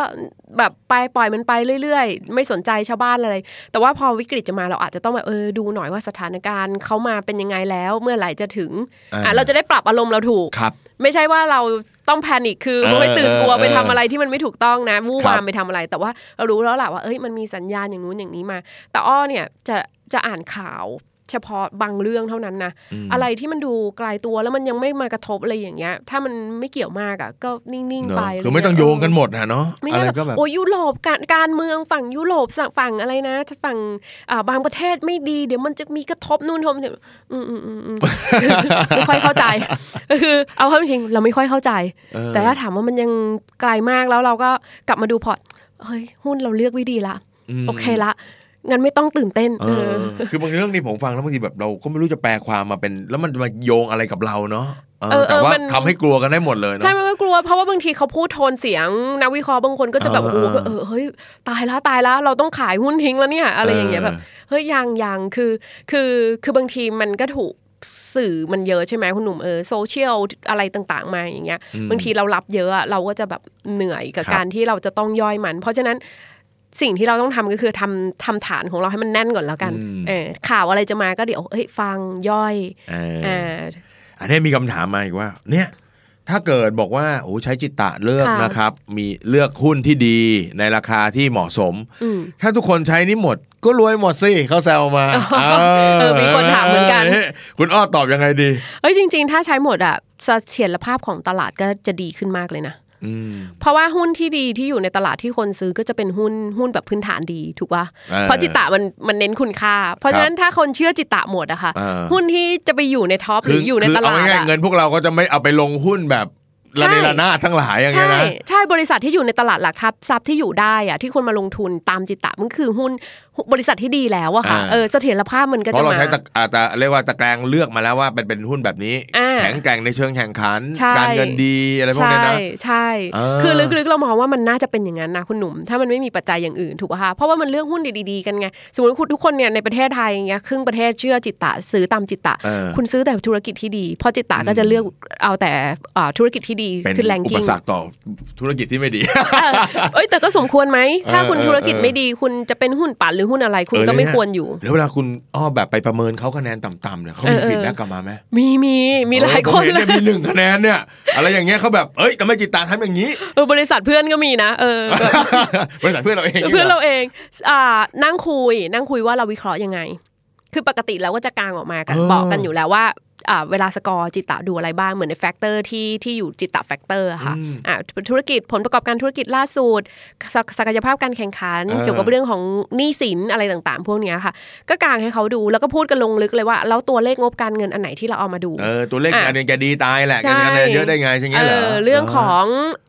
Speaker 2: แบบไปปล่อยมันไปเรื่อยๆ ไม่สนใจชาวบ้านอะไร แต่ว่าพอวิกฤตจะมาเราอาจจะต้องแบบเออดูหน่อยว่าสถานการณ์เขามาเป็นยังไงแล้ว เมื่อไหร่จะถึง
Speaker 1: อ่า
Speaker 2: อ่ะเราจะได้ปรับอารมณ์เราถูก
Speaker 1: ครับ
Speaker 2: ไม่ใช่ว่าเราต้องแพนิคคือ
Speaker 1: เออ
Speaker 2: ไม่ตื่นกลัว
Speaker 1: เออ
Speaker 2: ไปทำอะไรที่มันไม่ถูกต้องนะวู่
Speaker 1: ครับ
Speaker 2: วามไปทำอะไร แต่ว่าเรารู้แล้วแหละว่าเอ้ยมันมีสัญญาณอย่างนู้นอย่างนี้มา แต่อ้อเนี่ยจะจะอ่านข่าว เฉพาะบางเรื่องเท่านั้นนะ
Speaker 1: อืม
Speaker 2: อะไรที่มันดูไกลตัวแล้วมันยังไม่มากระทบอะไรอย่างเงี้ย ถ้ามันไม่เกี่ยวมากอ่ะก็นิ่งๆ
Speaker 1: เนอะ
Speaker 2: ไปะร
Speaker 1: คือไม่ต้องโยงกันหมดนะเนาะ
Speaker 2: ไม่
Speaker 1: อะไร
Speaker 2: ใช่
Speaker 1: ก็แบบ
Speaker 2: โอ้ยยุโรปการการเมืองฝั่งยุโรปฝั่งอะไรนะฝั่งอ่าบางประเทศไม่ดีเดี๋ยวมันจะมีกระทบนู่นทมเนี่ยอืมอืมอืมอืม ไม่ค่อยเข้าใจ คือเอาเข้าจริงๆเราไม่ค่อยเข้าใจ
Speaker 1: เออ
Speaker 2: แต่ถ้าถามว่ามันยังไกลมากแล้วเราก็กลับมาดูพอร์ตเฮ้ยหุ้นเราเลือกไวิดีละ
Speaker 1: ม
Speaker 2: โอเคละงั้นไม่ต้องตื่นเต้น
Speaker 1: เอ
Speaker 2: เอ
Speaker 1: อ
Speaker 2: อ
Speaker 1: คือบางเรื่องนี่ผมฟังแล้วบางทีแบบเราก็ไม่รู้จะแปลความมาเป็น แล้วมันมาโยงอะไรกับเราเนาะเออ
Speaker 2: เออเออ
Speaker 1: แต่ว่าม
Speaker 2: น
Speaker 1: ทำให้กลัวกันได้หมดเลยเนาะ
Speaker 2: ใช่ มันก็กลัวเพราะว่าบางทีเขาพูดโทนเสียงนักวิเคราะห์บางคนก็จะแบบ
Speaker 1: เออ
Speaker 2: โอ้โห
Speaker 1: เออ
Speaker 2: เออเฮ้ยตายแล้วตายแล้วเราต้องขายหุ้นทิ้งแล้วเนี่ยอะไรอย่างเงี้ย
Speaker 1: เออ
Speaker 2: แบบเฮ้ยยังยังคือคือคือบางทีมันก็ถูกสื่อมันเยอะใช่ไหมคุณหนุ่มเออโซเชียลอะไรต่างๆมาอย่างเงี้ยบางทีเรารับเยอะอะเราก็จะแบบเหนื่อยกับการที่เราจะต้องย่อยมัน เพราะฉะนั้นสิ่งที่เราต้องทำก็คือทำทำฐานของเราให้มันแน่นก่อนแล้วกันเออข่าวอะไรจะมาก็เดี๋ยวเอ้ยฟังย่อย
Speaker 1: เออ
Speaker 2: อ่า
Speaker 1: อันนี้มีคำถามมาอีกว่า เนี่ย ถ้าเกิดบอกว่าโอ้ใช้จิตตะเลือก
Speaker 2: ค่ะ
Speaker 1: นะครับ มีเลือกหุ้นที่ดีในราคาที่เหมาะสม
Speaker 2: อืม
Speaker 1: ถ้าทุกคนใช้นี่หมด ก็รวยหมดสิเขาแซวมา
Speaker 2: เออมีคนถามเหมือนกัน
Speaker 1: คุณอ้อตอบยังไงดี
Speaker 2: เอ้ยจริงๆ ถ้าใช้หมดอะเสถียรภาพของตลาดก็จะดีขึ้นมากเลยนะ
Speaker 1: อืม
Speaker 2: เพราะว่าหุ้นที่ดีที่อยู่ในตลาดที่คนซื้อก็จะเป็นหุ้นหุ้นแบบพื้นฐานดีถูกป่ะ
Speaker 1: เออ
Speaker 2: เพราะจิตตะมันมันเน้นคุณค่า เพราะฉะนั้นถ้าคนเชื่อจิตตะหมดอะค่ะ
Speaker 1: เออ
Speaker 2: หุ้นที่จะไปอยู่ในท็อปหรืออยู่ในตลาด
Speaker 1: เอง่ย
Speaker 2: อะ
Speaker 1: ๆเงินพวกเราก็จะไม่เอาไปลงหุ้นแบบ
Speaker 2: ใช่
Speaker 1: ระเนระนาดทั้งหลายอย่างเงี้
Speaker 2: ใช่
Speaker 1: ยนะ
Speaker 2: ใช่บริษัทที่อยู่ในตลาดหลักทรัพย์ทรัพย์ที่อยู่ได้อะที่คนมาลงทุนตามจิตตะมันคือหุ้นบริษัทที่ดีแล้วอะค่ะ
Speaker 1: อ่า
Speaker 2: เออเสถียรภาพมันก็
Speaker 1: เพ
Speaker 2: จะ
Speaker 1: ราะเรา
Speaker 2: มา
Speaker 1: ใช้ตะอาจจะเรียกว่าตะแกรงเลือกมาแล้วว่าเป็นเป็นหุ้นแบบนี้
Speaker 2: อ่า
Speaker 1: แข็งแกร่งในเชิงแข่งขัน
Speaker 2: ใช่
Speaker 1: การเงินดีอะไรพวกเนี้ยนะ
Speaker 2: ใช่ใช่
Speaker 1: อ่า
Speaker 2: คือลึกๆเรามองว่ามันน่าจะเป็นอย่างนั้นนะคุณหนุ่ม ถ้ามันไม่มีปัจจัยอย่างอื่นถูกป่ะคะเพราะว่ามันเลือกหุ้นดีๆกันไงสมมติคุณทุกคนเนี่ยในประเทศไทยอย่างเงี้ยครึ่งประเทศเชื่อจิตตะซื้อตามจิตตะ
Speaker 1: เออ
Speaker 2: คุณซื้อแต่ธุรกิจที่ดีเพราะจิตตะก็จะเลือกเอาแต่อ่าธุรกิจที่ดี
Speaker 1: เป็น
Speaker 2: คือแรง
Speaker 1: อุ
Speaker 2: กิ้
Speaker 1: ป
Speaker 2: ง
Speaker 1: สรรคต่อธุรกิจที่ไม่ดี
Speaker 2: เอ้ยแต่ก็สมควรไหมถ้าคุณ
Speaker 1: เออ
Speaker 2: ธุรกิจ
Speaker 1: เออ
Speaker 2: ไม่ดีคุณจะเป็นหุ้นปั่นหรือหุ้นอะไรคุณ
Speaker 1: เแล้ว
Speaker 2: ก็ไม่
Speaker 1: เนี่
Speaker 2: ควรอยู่
Speaker 1: แล้วเวลาคุณอ้อแบบไปประเมินเขาคะแนนต่ำๆเนี่ยเขามี
Speaker 2: เออเออ
Speaker 1: ฟีดแบ็กกลับมาไหม
Speaker 2: มีมีมีหลาย
Speaker 1: ออ
Speaker 2: คน
Speaker 1: ผมห็
Speaker 2: เล
Speaker 1: เย
Speaker 2: ย
Speaker 1: มีหนึ่งคะแนนเนี่ย อะไรอย่างเงี้ยเขาแบบเอ้ยทำไมจิตตาทำ อย่างนี้
Speaker 2: เออบริษัทเพื่อนก็มีนะเออแบบ
Speaker 1: บริษัทเพื่อนเราเอง
Speaker 2: เพื่อนเราเองอ่านั่งคุย นั่งคุยว่าเราวิเคราะห์ยังไง คือปกติเราก็จะกางออกมากันบอกกันอยู่แล้วว่าอ่าเวลาสกอร์จิตตะดูอะไรบ้าง เหมือนในแฟกเตอร์ที่ที่อยู่จิตตะแฟกเตอร์ค่ะอ่าธุรกิจผลประกอบการธุรกิจล่าสุดศักศักยภาพการแข่งขัน เกี่ยวกับเรื่องของหนี้สินอะไรต่างๆ พวกเนี้ยค่ะ ก็กางให้เขาดูแล้วก็พูดกันลงลึกเลยว่า แล้วตัวเลขงบการเงินอันไหนที่เราเอามาดู
Speaker 1: เออตัวเลข
Speaker 2: อ่ะ
Speaker 1: อันเนี้ยแกดีตายแหละแกมีคะแนนเยอะได้ไงใช่ไหมเหรอ
Speaker 2: เออเรื่องของ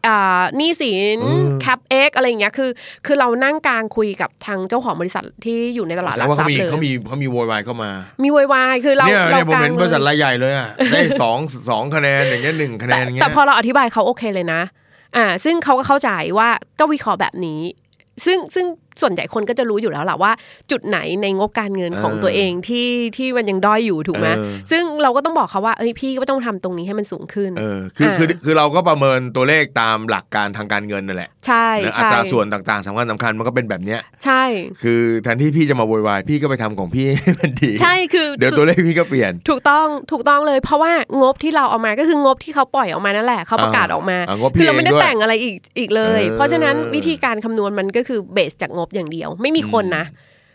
Speaker 2: อ่าหนี้สินแคปเอ็กอะไรอย่างเงี้ยคือคือเรานั่งกลางคุยกับทางเจ้าของบริษัทที่อยู่ในตลาดห
Speaker 1: แล้ว
Speaker 2: ลัก
Speaker 1: ว่า
Speaker 2: ทรั
Speaker 1: เขา
Speaker 2: พ
Speaker 1: มี
Speaker 2: ย์เลย
Speaker 1: เขามีเขามีโวยวายเข้ามา
Speaker 2: มีวายวายคือเรา
Speaker 1: เนี่ย
Speaker 2: เรา
Speaker 1: เนี่ยผม
Speaker 2: กลาง
Speaker 1: เห็นบริษัท
Speaker 2: เลย
Speaker 1: รายใหญ่เลย อ่ะ ได้สองสองคะแนนอย่างเงี้ยหนึ่งคะแน
Speaker 2: แต่
Speaker 1: นอย่าง
Speaker 2: แต่
Speaker 1: เงี้ย
Speaker 2: พอเราอธิบายเขาโอเคเลยนะอ่าซึ่งเขาก็เข้าใจว่าก็วิเคราะห์แบบนี้ ซึ่งซึ่ง ส่วนใหญ่คนก็จะรู้อยู่แล้วแหละว่า จุดไหนในงบการเงินของ
Speaker 1: เออ
Speaker 2: ตัวเองที่ที่มันยังด้อยอยู่ถูกไหม
Speaker 1: เออ
Speaker 2: ซึ่งเราก็ต้องบอกเขาว่าเอ้ยพี่ก็ต้องทำตรงนี้ให้มันสูงขึ้น
Speaker 1: เออคือ
Speaker 2: อ่า
Speaker 1: คือคือเราก็ประเมินตัวเลขตามหลักการทางการเงินนั่นแหละ
Speaker 2: ใช่
Speaker 1: นะอั
Speaker 2: ใช่
Speaker 1: ตราส่วนต่างๆสำคัญสำคัญมันก็เป็นแบบเนี้ย
Speaker 2: ใช่
Speaker 1: คือแทนที่พี่จะมาโวยวายพี่ก็ไปทำของพี่ ให้มันดี
Speaker 2: ใช่คือ
Speaker 1: เดี๋ยวตัวเลขพี่ก็เปลี่ยน
Speaker 2: ถูกต้องถูกต้องเลยเพราะว่างบที่เราเอามาก็คืองบที่เขาปล่อยออกมานั่นแหละเขาประกาศออกมา
Speaker 1: อ่างบพี่
Speaker 2: คืเราไม่ได้
Speaker 1: เองด้วย
Speaker 2: แต่งอะไรอีกอีกเลย
Speaker 1: เออ
Speaker 2: เพราะฉะนั้นวิธีการคำนวณมันก็คือเบสจากงบอย่างเดียว ไม่มีคนนะ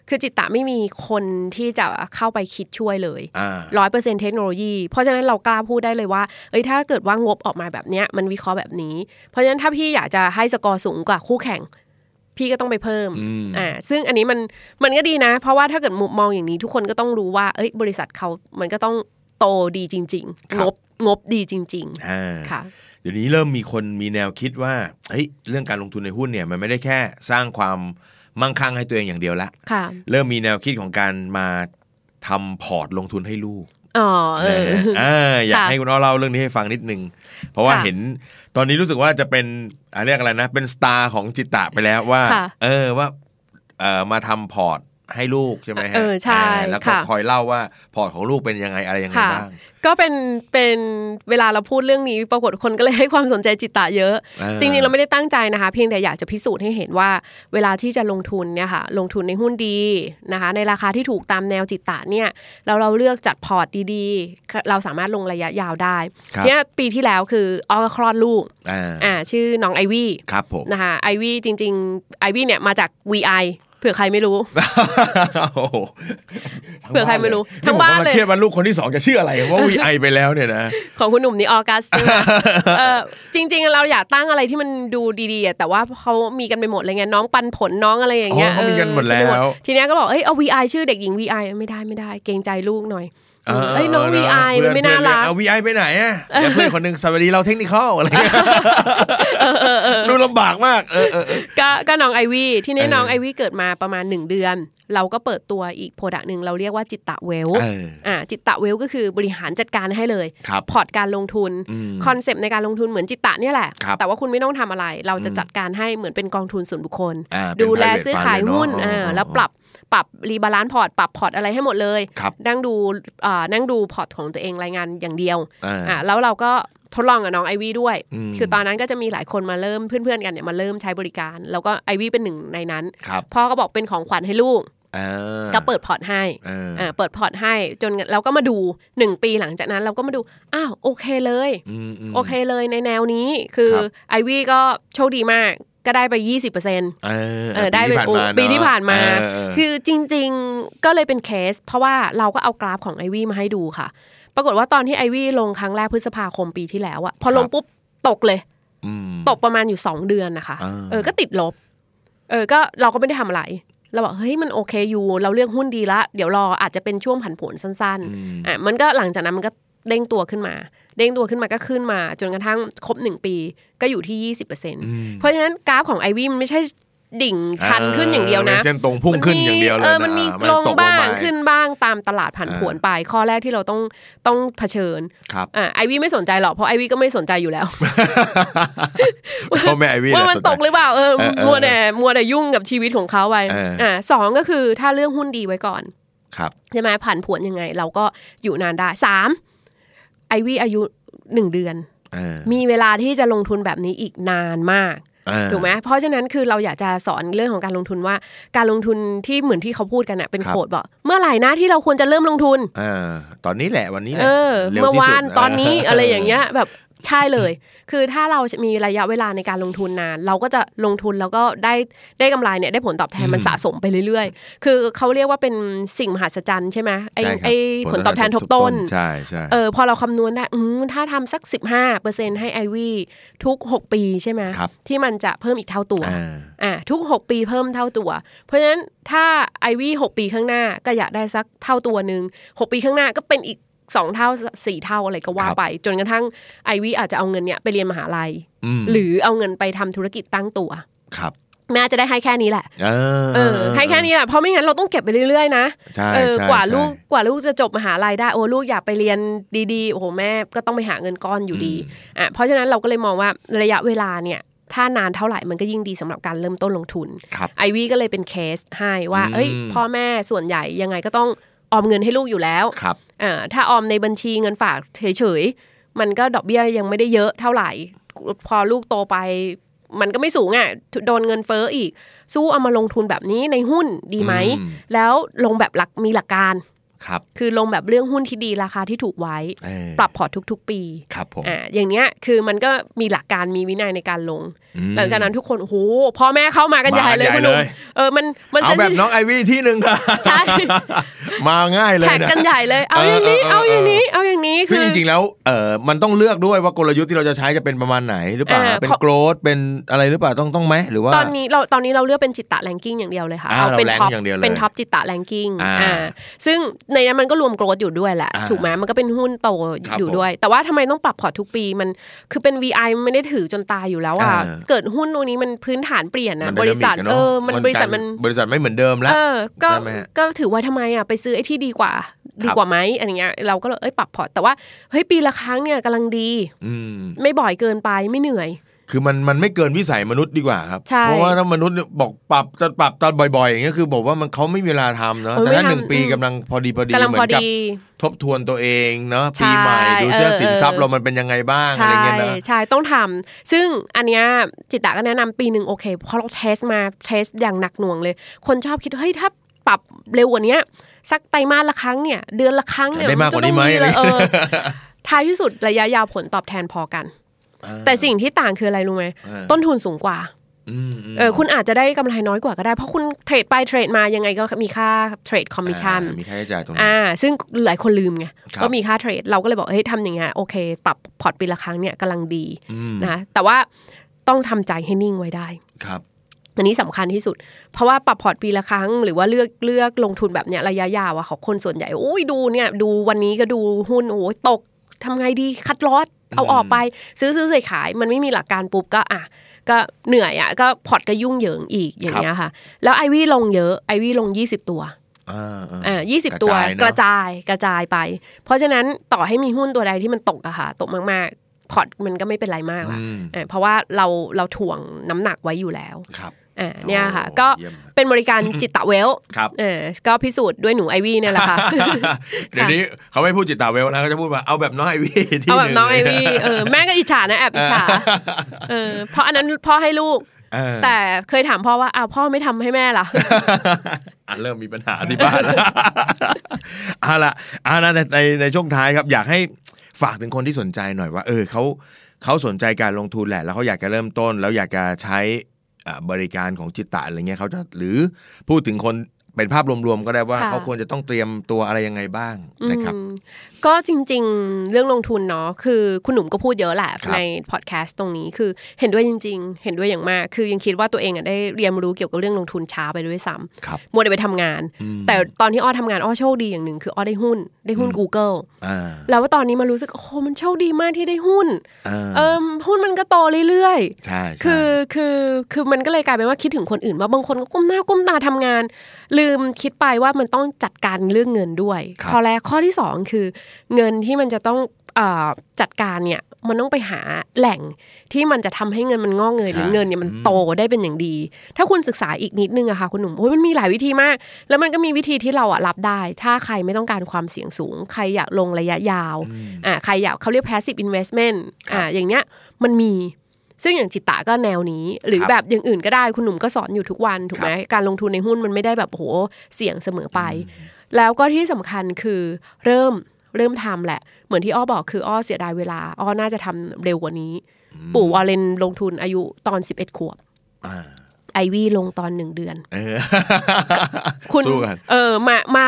Speaker 2: คือจิตตะไม่มีคนที่จะเข้าไปคิดช่วยเลย
Speaker 1: อ่า
Speaker 2: ร้อยเปอร์เซ็นเทคโนโลยีเพราะฉะนั้นเรากล้าพูดได้เลยว่าเอ้ยถ้าเกิดว่างบออกมาแบบเนี้ยมันวิเคราะห์แบบนี้ เพราะฉะนั้นถ้าพี่อยากจะให้สกอร์สูงกว่าคู่แข่ง พี่ก็ต้องไปเพิ่ม
Speaker 1: อืม
Speaker 2: อ่า ซึ่งอันนี้มัน มันก็ดีนะ เพราะว่าถ้าเกิดมุมมองอย่างนี้ทุกคนก็ต้องรู้ว่า เอ้ย บริษัทเขา มันก็ต้องโตดีจริง
Speaker 1: ค
Speaker 2: ๆ
Speaker 1: รั
Speaker 2: ง
Speaker 1: บ
Speaker 2: บ งบดีจริง
Speaker 1: อ่า
Speaker 2: ๆ ค่ะ
Speaker 1: เดี๋ยวนี้เริ่มมีคนมีแนวคิดว่าเฮ้ยเรื่องการลงทุนในหุ้นเนี่ยมันไม่ได้แค่สร้างความมั่งคั่งให้ตัวเองอย่างเดียวละ
Speaker 2: ค่ะ
Speaker 1: เริ่มมีแนวคิดของการมาทำพอร์ตลงทุนให้ลูก
Speaker 2: อ๋อ เอ
Speaker 1: นะ
Speaker 2: อ
Speaker 1: ฮะอ่าอยาก
Speaker 2: ค่ะ
Speaker 1: ให้คุณอ้อเล่าเรื่องนี้ให้ฟังนิดนึง เพราะว่า
Speaker 2: ค่ะ
Speaker 1: เห็นตอนนี้รู้สึกว่าจะเป็นอ่าเรียกอะไรนะ เป็นสตาร์ของจิตตะไปแล้วว่า
Speaker 2: ค่ะ
Speaker 1: เออว่าเออมาทำพอร์ตให้ลูกใช่ไหมฮะ
Speaker 2: เออใช่
Speaker 1: าแล้วก็
Speaker 2: ค่ะ
Speaker 1: คอยเล่าว่าพอร์ตของลูกเป็นยังไงอะไรยังไง
Speaker 2: ค่ะ
Speaker 1: บ้าง
Speaker 2: ก็เป็น เป็นเวลาเราพูดเรื่องนี้ ปรากฏคนก็เลยให้ความสนใจจิตตะเยอะ
Speaker 1: เออ
Speaker 2: จริงๆ เราไม่ได้ตั้งใจนะคะ เพียงแต่อยากจะพิสูจน์ให้เห็นว่า เวลาที่จะลงทุนเนี่ยค่ะ ลงทุนในหุ้นดีนะคะ ในราคาที่ถูกตามแนวจิตตะเนี่ย แล้วเราเลือกจัดพอร์ตดีๆ เราสามารถลงระยะยาวได้
Speaker 1: ครับ
Speaker 2: เนี่ยปีที่แล้วคือออก็คลอดลูก
Speaker 1: อ่า
Speaker 2: อ่าชื่อน้องไอวี่
Speaker 1: ครับผม
Speaker 2: นะคะไอวี่จริงๆไอวี่เนี่ยมาจาก VI เผื่อใครไม่รู้
Speaker 1: โอ้โห
Speaker 2: เผื่อใครไม่รู้
Speaker 1: ทั้
Speaker 2: ทั้งบ้าน
Speaker 1: ผมกำ
Speaker 2: เลย
Speaker 1: เครียดว่าลูกคนที่สองจะชื่ออะไรว่าวีไอไปแล้วเนี่ยนะ
Speaker 2: ของคุณหนุ่มนี่ออกัส ใช่ไหมเออจริง ๆ เราอยากตั้งอะไรที่มันดูดีๆอะแต่ว่าเขามีกันไปหมดเลยไงน้องปันผลน้องอะไรอย่างเงี้ย
Speaker 1: อ๋อเขามีกันหมด
Speaker 2: จะไป
Speaker 1: แล้ว
Speaker 2: ทีเนี้ยก็บอกเอ้ยเอา VI ชื่อเด็กหญิง VI ไม่ได้ไม่ได้ เกรงใจลูกหน่อยเ
Speaker 1: า
Speaker 2: อ้ยน้อง VI มันไม่น่ารัก
Speaker 1: วีไอไปไหนอ่ะเดี๋ยวเพื่อนคนหนึ่งสวัสดีเราเทคนิคอลอะไรเงี้ยดูลำบากมากเออเออเออ
Speaker 2: ก็ก็น้องไอวี่ที่นี่
Speaker 1: เออ
Speaker 2: น้องไอวี่เกิดมาประมาณ 1 เดือน เราก็เปิดตัวอีกโปรดักต์หนึ่งเราเรียกว่าจิตตะเวล
Speaker 1: เออ
Speaker 2: อ่าจิตตะเวลก็คือบริหารจัดการให้เลย
Speaker 1: ครับ
Speaker 2: พอร์ตการลงทุน
Speaker 1: อืม
Speaker 2: คอนเซปต์ในการลงทุนเหมือนจิตตะเนี่ยแหละ
Speaker 1: ครับ
Speaker 2: แต่ว่าคุณไม่ต้องทำอะไร เราจะจัดการให้เหมือนเป็นกองทุนส่วนบุคคล
Speaker 1: อ่าเป็น
Speaker 2: ดูแล
Speaker 1: private
Speaker 2: ซื้อขายหุ้น
Speaker 1: fund เลยเนอะ
Speaker 2: อ่า
Speaker 1: อ๋อ
Speaker 2: แล้วปรับปรับรีบาลานซ์พอร์ตปรับพอร์ตอะไรให้หมดเลย
Speaker 1: ครับ
Speaker 2: นั่งดูอ่านั่งดูพอร์ตของตัวเองรายงานอย่างเดียว
Speaker 1: อ่า
Speaker 2: ะแล้วเราก็ทดลองกับน้องไอวี่ด้วย
Speaker 1: อืม
Speaker 2: คือตอนนั้นก็จะมีหลายคนมาเริ่มเพื่อนๆกันเนี่ยมาเริ่มใช้บริการ แล้วก็ไอวี่เป็นหนึ่งในนั้น
Speaker 1: ครับ
Speaker 2: พ่อก็บอกเป็นของขวัญให้ลูก
Speaker 1: อ่า
Speaker 2: ก็เปิดพอร์ตให้
Speaker 1: เออ
Speaker 2: อ่าเปิดพอร์ตให้จนเราก็มาดูหนึ่งปีหลังจากนั้นเราก็มาดู อ้าวโอเคเลย
Speaker 1: อืมม
Speaker 2: โอเคเลยในแนวนี้คือ
Speaker 1: ครับ
Speaker 2: ไอวี่ก็โชคดีมากก็ได้ไป 20%เ
Speaker 1: เออ
Speaker 2: ออได้
Speaker 1: ปี
Speaker 2: เป็น
Speaker 1: ที่ผ่าน
Speaker 2: โอ้
Speaker 1: มาเนอะ
Speaker 2: ปีที่ผ่านมา
Speaker 1: เออเออ
Speaker 2: คือจริงๆก็เลยเป็นเคส เพราะว่าเราก็เอากราฟของไอวี่มาให้ดูค่ะ ปรากฏว่าตอนที่ไอวี่ลงครั้งแรกพฤษภาคมปีที่แล้วอะพอล
Speaker 1: ค
Speaker 2: ง
Speaker 1: รับ
Speaker 2: ปุ๊บตกเลย
Speaker 1: ม
Speaker 2: ตกประมาณอยู่ 2 เดือนนะคะ
Speaker 1: อ่า
Speaker 2: เออก็ติดลบ เออก็เราก็ไม่ได้ทำอะไรเราบอกเฮ้ยมันโอเคอยู่เราเลือกหุ้นดีละเดี๋ยวรออาจจะเป็นช่วงผันผวนสั้น
Speaker 1: อืม
Speaker 2: ๆอ่ะมันก็หลังจากนั้นมันก็เด้งตัวขึ้นมา เด้งตัวขึ้นมาก็ขึ้นมา จนกระทั่งครบ 1 ปีก็อยู่ที่ 20%
Speaker 1: อืม
Speaker 2: เพราะฉะนั้นกราฟของไอวี่มันไม่ใช่ดิ่งชันขึ้นอย่างเดียวนะ
Speaker 1: ไม่เส้นตรงพุ่งขึ้นอย่างเดียวเลย
Speaker 2: เออ
Speaker 1: นะ
Speaker 2: มันมี
Speaker 1: อ่า
Speaker 2: ลง
Speaker 1: ตก
Speaker 2: บ้าง
Speaker 1: ไป
Speaker 2: ขึ้นบ้างตามตลาดผันผวน
Speaker 1: อ่า
Speaker 2: ไป ข้อแรกที่เราต้องต้องเผชิญ
Speaker 1: ครับ
Speaker 2: อ่าไอวี่ไม่สนใจหรอกเพราะไอวี่ก็ไม่สนใจอ ยู่แล้ว
Speaker 1: พ่อแม่ไอวี่
Speaker 2: ว่า
Speaker 1: แหละ
Speaker 2: มัน
Speaker 1: สใจ
Speaker 2: ตกหรือเปล่าเออ
Speaker 1: เออเออ
Speaker 2: มัวแต่มัวแต่ยุ่งกับชีวิตของเขาไป
Speaker 1: เอออ่
Speaker 2: อ่าสองก็คือถ้าเรื่องหุ้นดีไว้ก่อน
Speaker 1: ครับ
Speaker 2: ใช่ไหมผ่านผวนยังไง เราก็อยู่นานได้สามไอวี่อายุหนึ่งเดือน
Speaker 1: เออ
Speaker 2: มีเวลาที่จะลงทุนแบบนี้อีกนานมาก
Speaker 1: เออ
Speaker 2: ถูกไหมเพราะฉะนั้นคือเราอยากจะสอนเรื่องของการลงทุนว่า การลงทุนที่เหมือนที่เขาพูดกันน่ะเป็น
Speaker 1: ครับ
Speaker 2: โคดบอกเมื่อไหร่นะที่เราควรจะเริ่มลงทุน
Speaker 1: เออตอนนี้แหละวันนี้แหละ
Speaker 2: เออ
Speaker 1: ร็
Speaker 2: เมื่อ
Speaker 1: ที่
Speaker 2: วา
Speaker 1: สุด
Speaker 2: นตอน นี้อะไรอย่างเงี้ยแบบใช่เลย คือถ้าเรามีระยะเวลาในการลงทุนนาน เราก็จะลงทุนแล้วก็ได้ได้กำไรเนี่ยได้ผลตอบแทนมันสะสมไปเรื่อยๆ คือเขาเรียกว่าเป็นสิ่งมหัศจรรย์ใช่ไหมไอ
Speaker 1: ใช่ครับ
Speaker 2: ไอผลตอบแทนทบต้น
Speaker 1: ใช่ใช่
Speaker 2: เออพอเราคำนวณได้อืมถ้าทำสัก 15%ให้ไอวีทุก 6 ปีใช่ไหม
Speaker 1: ครับ
Speaker 2: ที่มันจะเพิ่มอีกเท่าตัว
Speaker 1: อ่า
Speaker 2: อ่าทุก 6 ปีเพิ่มเท่าตัว เพราะฉะนั้นถ้าไอวี่6ปีข้างหน้าก็อยากได้สักเท่าตัวหนึ่ง6 ปีข้างหน้าก็เป็นอีก 2 เท่า 4 เท่าอะไรก็ว่าไป จนกระทั่งไอวี่อาจจะเอาเงินเนี้ยไปเรียนมหาลัย
Speaker 1: อืม
Speaker 2: หรือเอาเงินไปทำธุรกิจตั้งตัว
Speaker 1: ครับ
Speaker 2: แม่จะได้ให้แค่นี้แหละ
Speaker 1: เออ
Speaker 2: เออให้แค่นี้แหละเพราะไม่งั้นเราต้องเก็บไปเรื่อยๆนะ
Speaker 1: ใช่
Speaker 2: เออ
Speaker 1: ใช่
Speaker 2: กว่า
Speaker 1: ใช่
Speaker 2: ลูกกว่าลูกจะจบมหาลัยได้โอ้ลูกอยากไปเรียนดีๆโอ้โหแม่ก็ต้องไปหาเงินก้อนอยู่ดีอ่ะเพราะฉะนั้นเราก็เลยมองว่าระยะเวลาเนี่ย ถ้านานเท่าไหร่มันก็ยิ่งดีสำหรับการเริ่มต้นลงทุน
Speaker 1: ครับ
Speaker 2: ไอวี่ก็เลยเป็นเคสให้ว่าเอ้ย
Speaker 1: อืม
Speaker 2: พ่อแม่ส่วนใหญ่ยังไงก็ต้องออมเงินให้ลูกอยู่แล้ว
Speaker 1: ครับ
Speaker 2: อ่าถ้าออมในบัญชีเงินฝากเฉยๆ มันก็ดอกเบี้ยยังไม่ได้เยอะเท่าไหร่ พอลูกโตไป มันก็ไม่สูงอ่ะโดนเงินเฟ้ออีก สู้เอามาลงทุนแบบนี้ในหุ้นดีไหม
Speaker 1: อื
Speaker 2: แล้วลงแบบหลักมีหลักการ
Speaker 1: ครับ
Speaker 2: คือลงแบบเรื่องหุ้นที่ดีราคาที่ถูกไว้
Speaker 1: เออ
Speaker 2: ปรับพอร์ตทุก ๆ ปี
Speaker 1: ครับผม
Speaker 2: อ่าอย่างเนี้ยคือมันก็มีหลักการมีวินัยในการลง
Speaker 1: อืม
Speaker 2: หลังจากนั้นทุกคนโอ้โหพ่อแม่เข้ามากันใหญ่เลย
Speaker 1: มา
Speaker 2: คุณลุงเออมันมัน
Speaker 1: เอา
Speaker 2: น
Speaker 1: แบบน้องไอวี่ที่หนึ่งค่ะ
Speaker 2: ใช่
Speaker 1: มาง่ายเลย
Speaker 2: แท็ก
Speaker 1: นะ
Speaker 2: กันใหญ่เลย เอา
Speaker 1: เออ
Speaker 2: อย่างนี้
Speaker 1: เออ
Speaker 2: เอาอย่าง
Speaker 1: เออ
Speaker 2: นี้ เอาอย่างนี้
Speaker 1: ซึ่
Speaker 2: คื
Speaker 1: ง
Speaker 2: อ
Speaker 1: จริงๆแล้วเออมันต้องเลือกด้วยว่ากลยุทธ์ที่เราจะใช้จะเป็นประมาณไหนหรือเปล่า
Speaker 2: อ่า
Speaker 1: เป็น
Speaker 2: ขอ
Speaker 1: โกรธเป็นอะไรหรือเปล่าต้องต้องไหมหรือว่า
Speaker 2: ตอนนี้เราตอนนี้เราเลือกเป็นจิตตะแรงกิ้งอย่างเดียวเลยค่ะ
Speaker 1: อ่า
Speaker 2: เป็น
Speaker 1: เรา
Speaker 2: ท็อป
Speaker 1: rank อย่างเดียวเลย
Speaker 2: เป็นท็อปจิตตะแรงกิ้ง
Speaker 1: อ่า
Speaker 2: อ่าซึ่งในนั้นมันก็รวมโกรดอยู่ด้วยแหละ
Speaker 1: อ่า
Speaker 2: ถูกไหมมันก็เป็นหุ้นโต
Speaker 1: ครับ
Speaker 2: อยู่ด้วย แต่ว่าทำไมต้องปรับพอร์ตทุกปีมันคือเป็น VI มันไม่ได้ถือจนตายอยู่แล้วอ่ะ
Speaker 1: อ่า
Speaker 2: เกิดหุ้นตัวนี้มันพื้นฐานเปลี่ยนนะ
Speaker 1: มัน
Speaker 2: บริษัท
Speaker 1: dynamic ะ
Speaker 2: เอ
Speaker 1: นะ
Speaker 2: อมันบริษัทมัน
Speaker 1: บริษัทไม่เหมือนเดิมแล้ว
Speaker 2: เออก็
Speaker 1: ได้ไหมฮะ
Speaker 2: ก็ถือไว้ทำไมอ่ะไปซื้อไอ้ที่ดีกว่า ดีกว่าไหมอะไรเงี้ยเราก็เลยเอ้ยปรับพอร์ตแต่ว่าเฮ้ยปีละครั้งเนี่ยกำลังดี
Speaker 1: ืม
Speaker 2: ไม่บ่อยเกินไปไม่เหนื่อย
Speaker 1: คือมันมันไม่เกินวิสัยมนุษย์ดีกว่าครับ
Speaker 2: ใช่
Speaker 1: เพราะว่าถ้ามนุษย์เนี่ยบอกปรับจะปรับตอนบ่อยๆอย่างเงี้ยคือบอกว่ามันเขาไม่มีเวลาทำเนาะ
Speaker 2: เออ
Speaker 1: แต่ถ้า
Speaker 2: ไม่ทำ
Speaker 1: หนึ่งปี
Speaker 2: อืม
Speaker 1: กำลังพอดีพอดี
Speaker 2: กำลัง
Speaker 1: เหมื
Speaker 2: พอ
Speaker 1: อนกับ
Speaker 2: ดี
Speaker 1: ทบทวนตัวเองเนาะ
Speaker 2: ใช่
Speaker 1: ปีใหม่ดูเสื้อ
Speaker 2: เออ
Speaker 1: สินทรัพย์
Speaker 2: เออ
Speaker 1: เรามันเป็นยังไงบ้างอะ
Speaker 2: ใช่
Speaker 1: ไรเงี้ยนะ
Speaker 2: ใช่ต้องทำซึ่งอันเนี้ยจิตตะก็แนะนำปีหนึ่งโอเคเพราะเราเทสมาเทสอย่างหนักหน่วงเลย คนชอบคิดเฮ้ยถ้าปรับเร็วกว่าเนี้ยสักไตรมาสละครั้งเนี่ย เดือนละครั้งเนี่ย
Speaker 1: ได้มากกว่านี้ไหม
Speaker 2: จะต้องเลยเออท้ายที่สุดระยะยาวผลตอบแทนพอกัน แต่สิ่งที่ต่างคืออะไรรู้ไหม
Speaker 1: อ่า
Speaker 2: ต้นทุนสูงกว่า
Speaker 1: อืมม
Speaker 2: เออคุณอาจจะได้กำไรน้อยกว่าก็ได้ เพราะคุณเทรดไปเทรดมายังไงก็มีค่าเทรดคอมมิชชั่น
Speaker 1: อ่ามีค่าใช้จ่ายตรงนี้
Speaker 2: อ่าซึ่งหลายคนลืมไง
Speaker 1: ครับ
Speaker 2: ก็มีค่าเทรดเราก็เลยบอกเฮ้ยทำอย่างเงี้ยโอเค ปรับพอร์ตปีละครั้งเนี่ยกำลังดี
Speaker 1: อืม
Speaker 2: นะแต่ว่าต้องทำใจให้นิ่งไว้ได้
Speaker 1: ครับ
Speaker 2: อันนี้สำคัญที่สุด เพราะว่าปรับพอร์ตปีละครั้ง หรือว่าเลือกเลือกลงทุนแบบเนี้ยระยะยาวอะของคนส่วนใหญ่โอ้ยดูเนี่ยดูวันนี้ก็ดูหุ้นโอ้ยตกทำไงดีคัดลอสเอาออกไป ซื้อซื้อใส่ขาย มันไม่มีหลักการปุ๊บก็อ่ะก็เหนื่อยอะก็พอร์ตก็ยุ่งเหยิงอีกอย่างเงี้ยค่ะ แล้วไอวี่ลงเยอะไอวี่ลง 20 ตัว
Speaker 1: อ่าๆ
Speaker 2: อ่ายีตัว
Speaker 1: ก
Speaker 2: ก
Speaker 1: ระ
Speaker 2: ระ
Speaker 1: จา
Speaker 2: จาย ย
Speaker 1: เนอะ
Speaker 2: กระจายไป เพราะฉะนั้นต่อให้มีหุ้นตัวใดที่มันตกอะค่ะตกมากๆพอร์ตมันก็ไม่เป็นไรมากละ
Speaker 1: อืม
Speaker 2: อ่าเพราะว่าเราเราถ่วงน้ำหนักไว้อยู่แล้ว
Speaker 1: ครับ
Speaker 2: อ่าเนี่ยค่ะ
Speaker 1: โอ้
Speaker 2: ก็
Speaker 1: เยี่ยม
Speaker 2: เป็นบริการจิตเวล
Speaker 1: ครับ
Speaker 2: เออก็พิสูจน์ด้วยหนูไอวี่เนี่ย แหละค่ะ
Speaker 1: เดี๋ยวนี้เขาไม่พูดจิตตาเวลนะเขาจะพูดว่าเอาแบบน้องไอวี่ที่
Speaker 2: เอาแบบ
Speaker 1: ห
Speaker 2: น้องไอวี่เออแม่ก็อิจฉานะแอบอิจ ฉาเออเพราะอันนั้นพ่อให้ลูก
Speaker 1: เออ
Speaker 2: แต่เคยถามพ่อว่าอ้าวพ่อไม่ทำให้แม่ล่ะ
Speaker 1: อันเริ่มมีปัญหาที่บ้านแล้ว เอาละเอาละในในในช่วงท้ายครับ อยากให้ฝากถึงคนที่สนใจหน่อยว่า เออเขาเขาสนใจการลงทุนแหละ แล้วเขาอยากจะเริ่มต้น แล้วอยากจะใช้อ่าบริการของจิตตะอะไรเงี้ยเขาจะหรือพูดถึงคนเป็นภาพรวมๆก็ได้ว่า
Speaker 2: ค่ะ
Speaker 1: เขาควรจะต้องเตรียมตัวอะไรยังไงบ้างนะครับ
Speaker 2: อืมก็จริงๆ เรื่องลงทุนเนาะคือคุณหนุ่มก็พูดเยอะแหละ
Speaker 1: ครับ
Speaker 2: ในพอดแคสต์ตรงนี้คือเห็นด้วยจริง ๆ เห็นด้วยอย่างมาก คือยังคิดว่าตัวเองอะได้เรียนรู้เกี่ยวกับเรื่องลงทุนช้าไปด้วยซ้
Speaker 1: ครับ
Speaker 2: ำมัวแต่ไปทำงาน แต่ตอนที่อ้อทำงานอ้อโชคดีอย่างหนึ่งคืออ้อได้หุ้นได้หุ้น Google
Speaker 1: อ่า
Speaker 2: แล้วว่าตอนนี้มารู้สึกโอ้โหมันโชคดีมากที่ได้หุ้น
Speaker 1: อ่า
Speaker 2: เอมหุ้นมันก็โตเรื่อย
Speaker 1: ใช่ใช่
Speaker 2: ๆ คือคือคือมันก็เลยกลายเป็นว่าคิดถึงคนอื่นว่าบางคนก็ก้มหน้าก้มตาทำงาน ลืมคิดไปว่ามันต้องจัดการเรื่องเงินด้วย
Speaker 1: ครับ
Speaker 2: ข้อแรกข้อที่สองคือ เงินที่มันจะต้องเอ่อจัดการเนี่ยมันต้องไปหาแหล่งที่มันจะทำให้เงินมันงอกเงยหรือเงินเนี่ยมันโตได้เป็นอย่างดี ถ้าคุณศึกษาอีกนิดนึงอะค่ะคุณหนุ่มโอ้ยมันมีหลายวิธีมาก แล้วมันก็มีวิธีที่เราอะรับได้ ถ้าใครไม่ต้องการความเสี่ยงสูง ใครอยากลงระยะยาวอ่าใครอยากเขาเรียก passive investment อ่าอย่างเนี้ยมันมี ซึ่งอย่างจิตตะก็แนวนี้ หรือ
Speaker 1: ครับ
Speaker 2: แบบอย่างอื่นก็ได้คุณหนุ่มก็สอนอยู่ทุกวันถูกไหม
Speaker 1: ครับ
Speaker 2: การลงทุนในหุ้นมันไม่ได้แบบโอ้โหเสี่ยงเสมอไป แล้วก็ที่สำคัญคือเริ่มเริ่มทำแหละ เหมือนที่อ้อบอกคืออ้อเสียดายเวลา อ้อน่าจะทำเร็วกว่านี้ ปู่วอลเลนลงทุนอายุตอน 11 ขวบ
Speaker 1: อ่า
Speaker 2: ไอวี่ลงตอนหนึ่งเดือน
Speaker 1: เออ
Speaker 2: คุณ
Speaker 1: สู้กัน
Speaker 2: เออมามา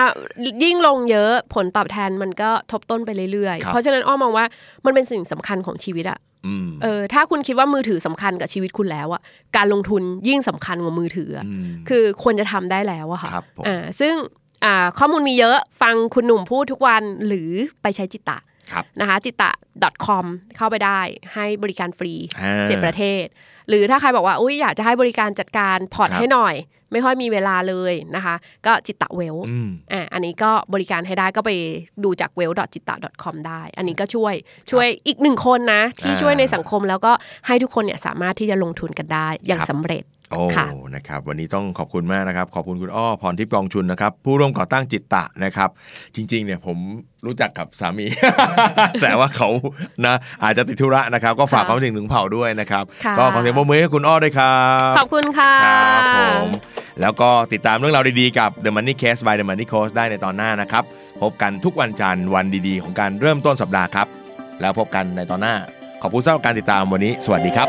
Speaker 2: ยิ่งลงเยอะผลตอบแทนมันก็ทบต้นไปเรื่อย
Speaker 1: ครั
Speaker 2: ๆ
Speaker 1: บ
Speaker 2: เพราะฉะนั้นอ้อมองว่ามันเป็นสิ่งสำคัญของชีวิตอะ
Speaker 1: อืม
Speaker 2: เออถ้าคุณคิดว่ามือถือสำคัญกับชีวิตคุณแล้วอะการลงทุนยิ่งสำคัญกว่ามือถืออะ
Speaker 1: ม
Speaker 2: คือควรจะทำได้แล้วอะค่ะ
Speaker 1: ครับผม
Speaker 2: อ่าซึ่งอ่าข้อมูลมีเยอะฟังคุณหนุ่มพูดทุกวันหรือไปใช้จิตตะ
Speaker 1: ครับ
Speaker 2: นะคะจิตตะ .com เข้าไปได้ให้บริการฟรี
Speaker 1: อ่า
Speaker 2: เจ็ดประเทศ หรือถ้าใครบอกว่าอุ้ยอยากจะให้บริการจัดการพอร์ต
Speaker 1: ครับ
Speaker 2: ให้หน่อย ไม่ค่อยมีเวลาเลยนะคะ ก็จิตตะเวล
Speaker 1: อืม
Speaker 2: อ่ะอันนี้ก็บริการให้ได้ก็ไปดูจาก w e l l j i t a c o m ได้ อันนี้ก็ช่วยช่วยอีกหนึ่งคนนะ ที่
Speaker 1: อ่า
Speaker 2: ช่วยในสังคมแล้วก็ให้ทุกคนเนี่ยสามารถที่จะลงทุนกันได้อย่าง
Speaker 1: ครับ
Speaker 2: สำเร็จ
Speaker 1: โอ้
Speaker 2: ค่ะ
Speaker 1: นะครับ วันนี้ต้องขอบคุณมากนะครับ ขอบคุณคุณอ้อพรทิพย์กองชุนนะครับ ผู้ร่วมก่อตั้งจิตตะนะครับ จริง ๆ เนี่ยผมรู้จักกับสามี แต่ว่าเขานะ อาจจะติดธุระนะครับ ก็ฝาก
Speaker 2: ค่ะ
Speaker 1: ความถึงถึงเผ่าด้วยนะครับ
Speaker 2: ค่ะ
Speaker 1: ก็ขอเสียงปรบมือให้คุณอ้อด้วยครับ
Speaker 2: ขอบคุณค่ะ
Speaker 1: ครับผมแล้วก็ติดตามเรื่องราวดีๆกับ The Money Case by The Money Coach ได้ในตอนหน้านะครับ พบกันทุกวันจันทร์วันดีๆ ของการเริ่มต้นสัปดาห์ครับ แล้วพบกันในตอนหน้า ขอบคุณสำหรับการติดตามวันนี้ สวัสดีครับ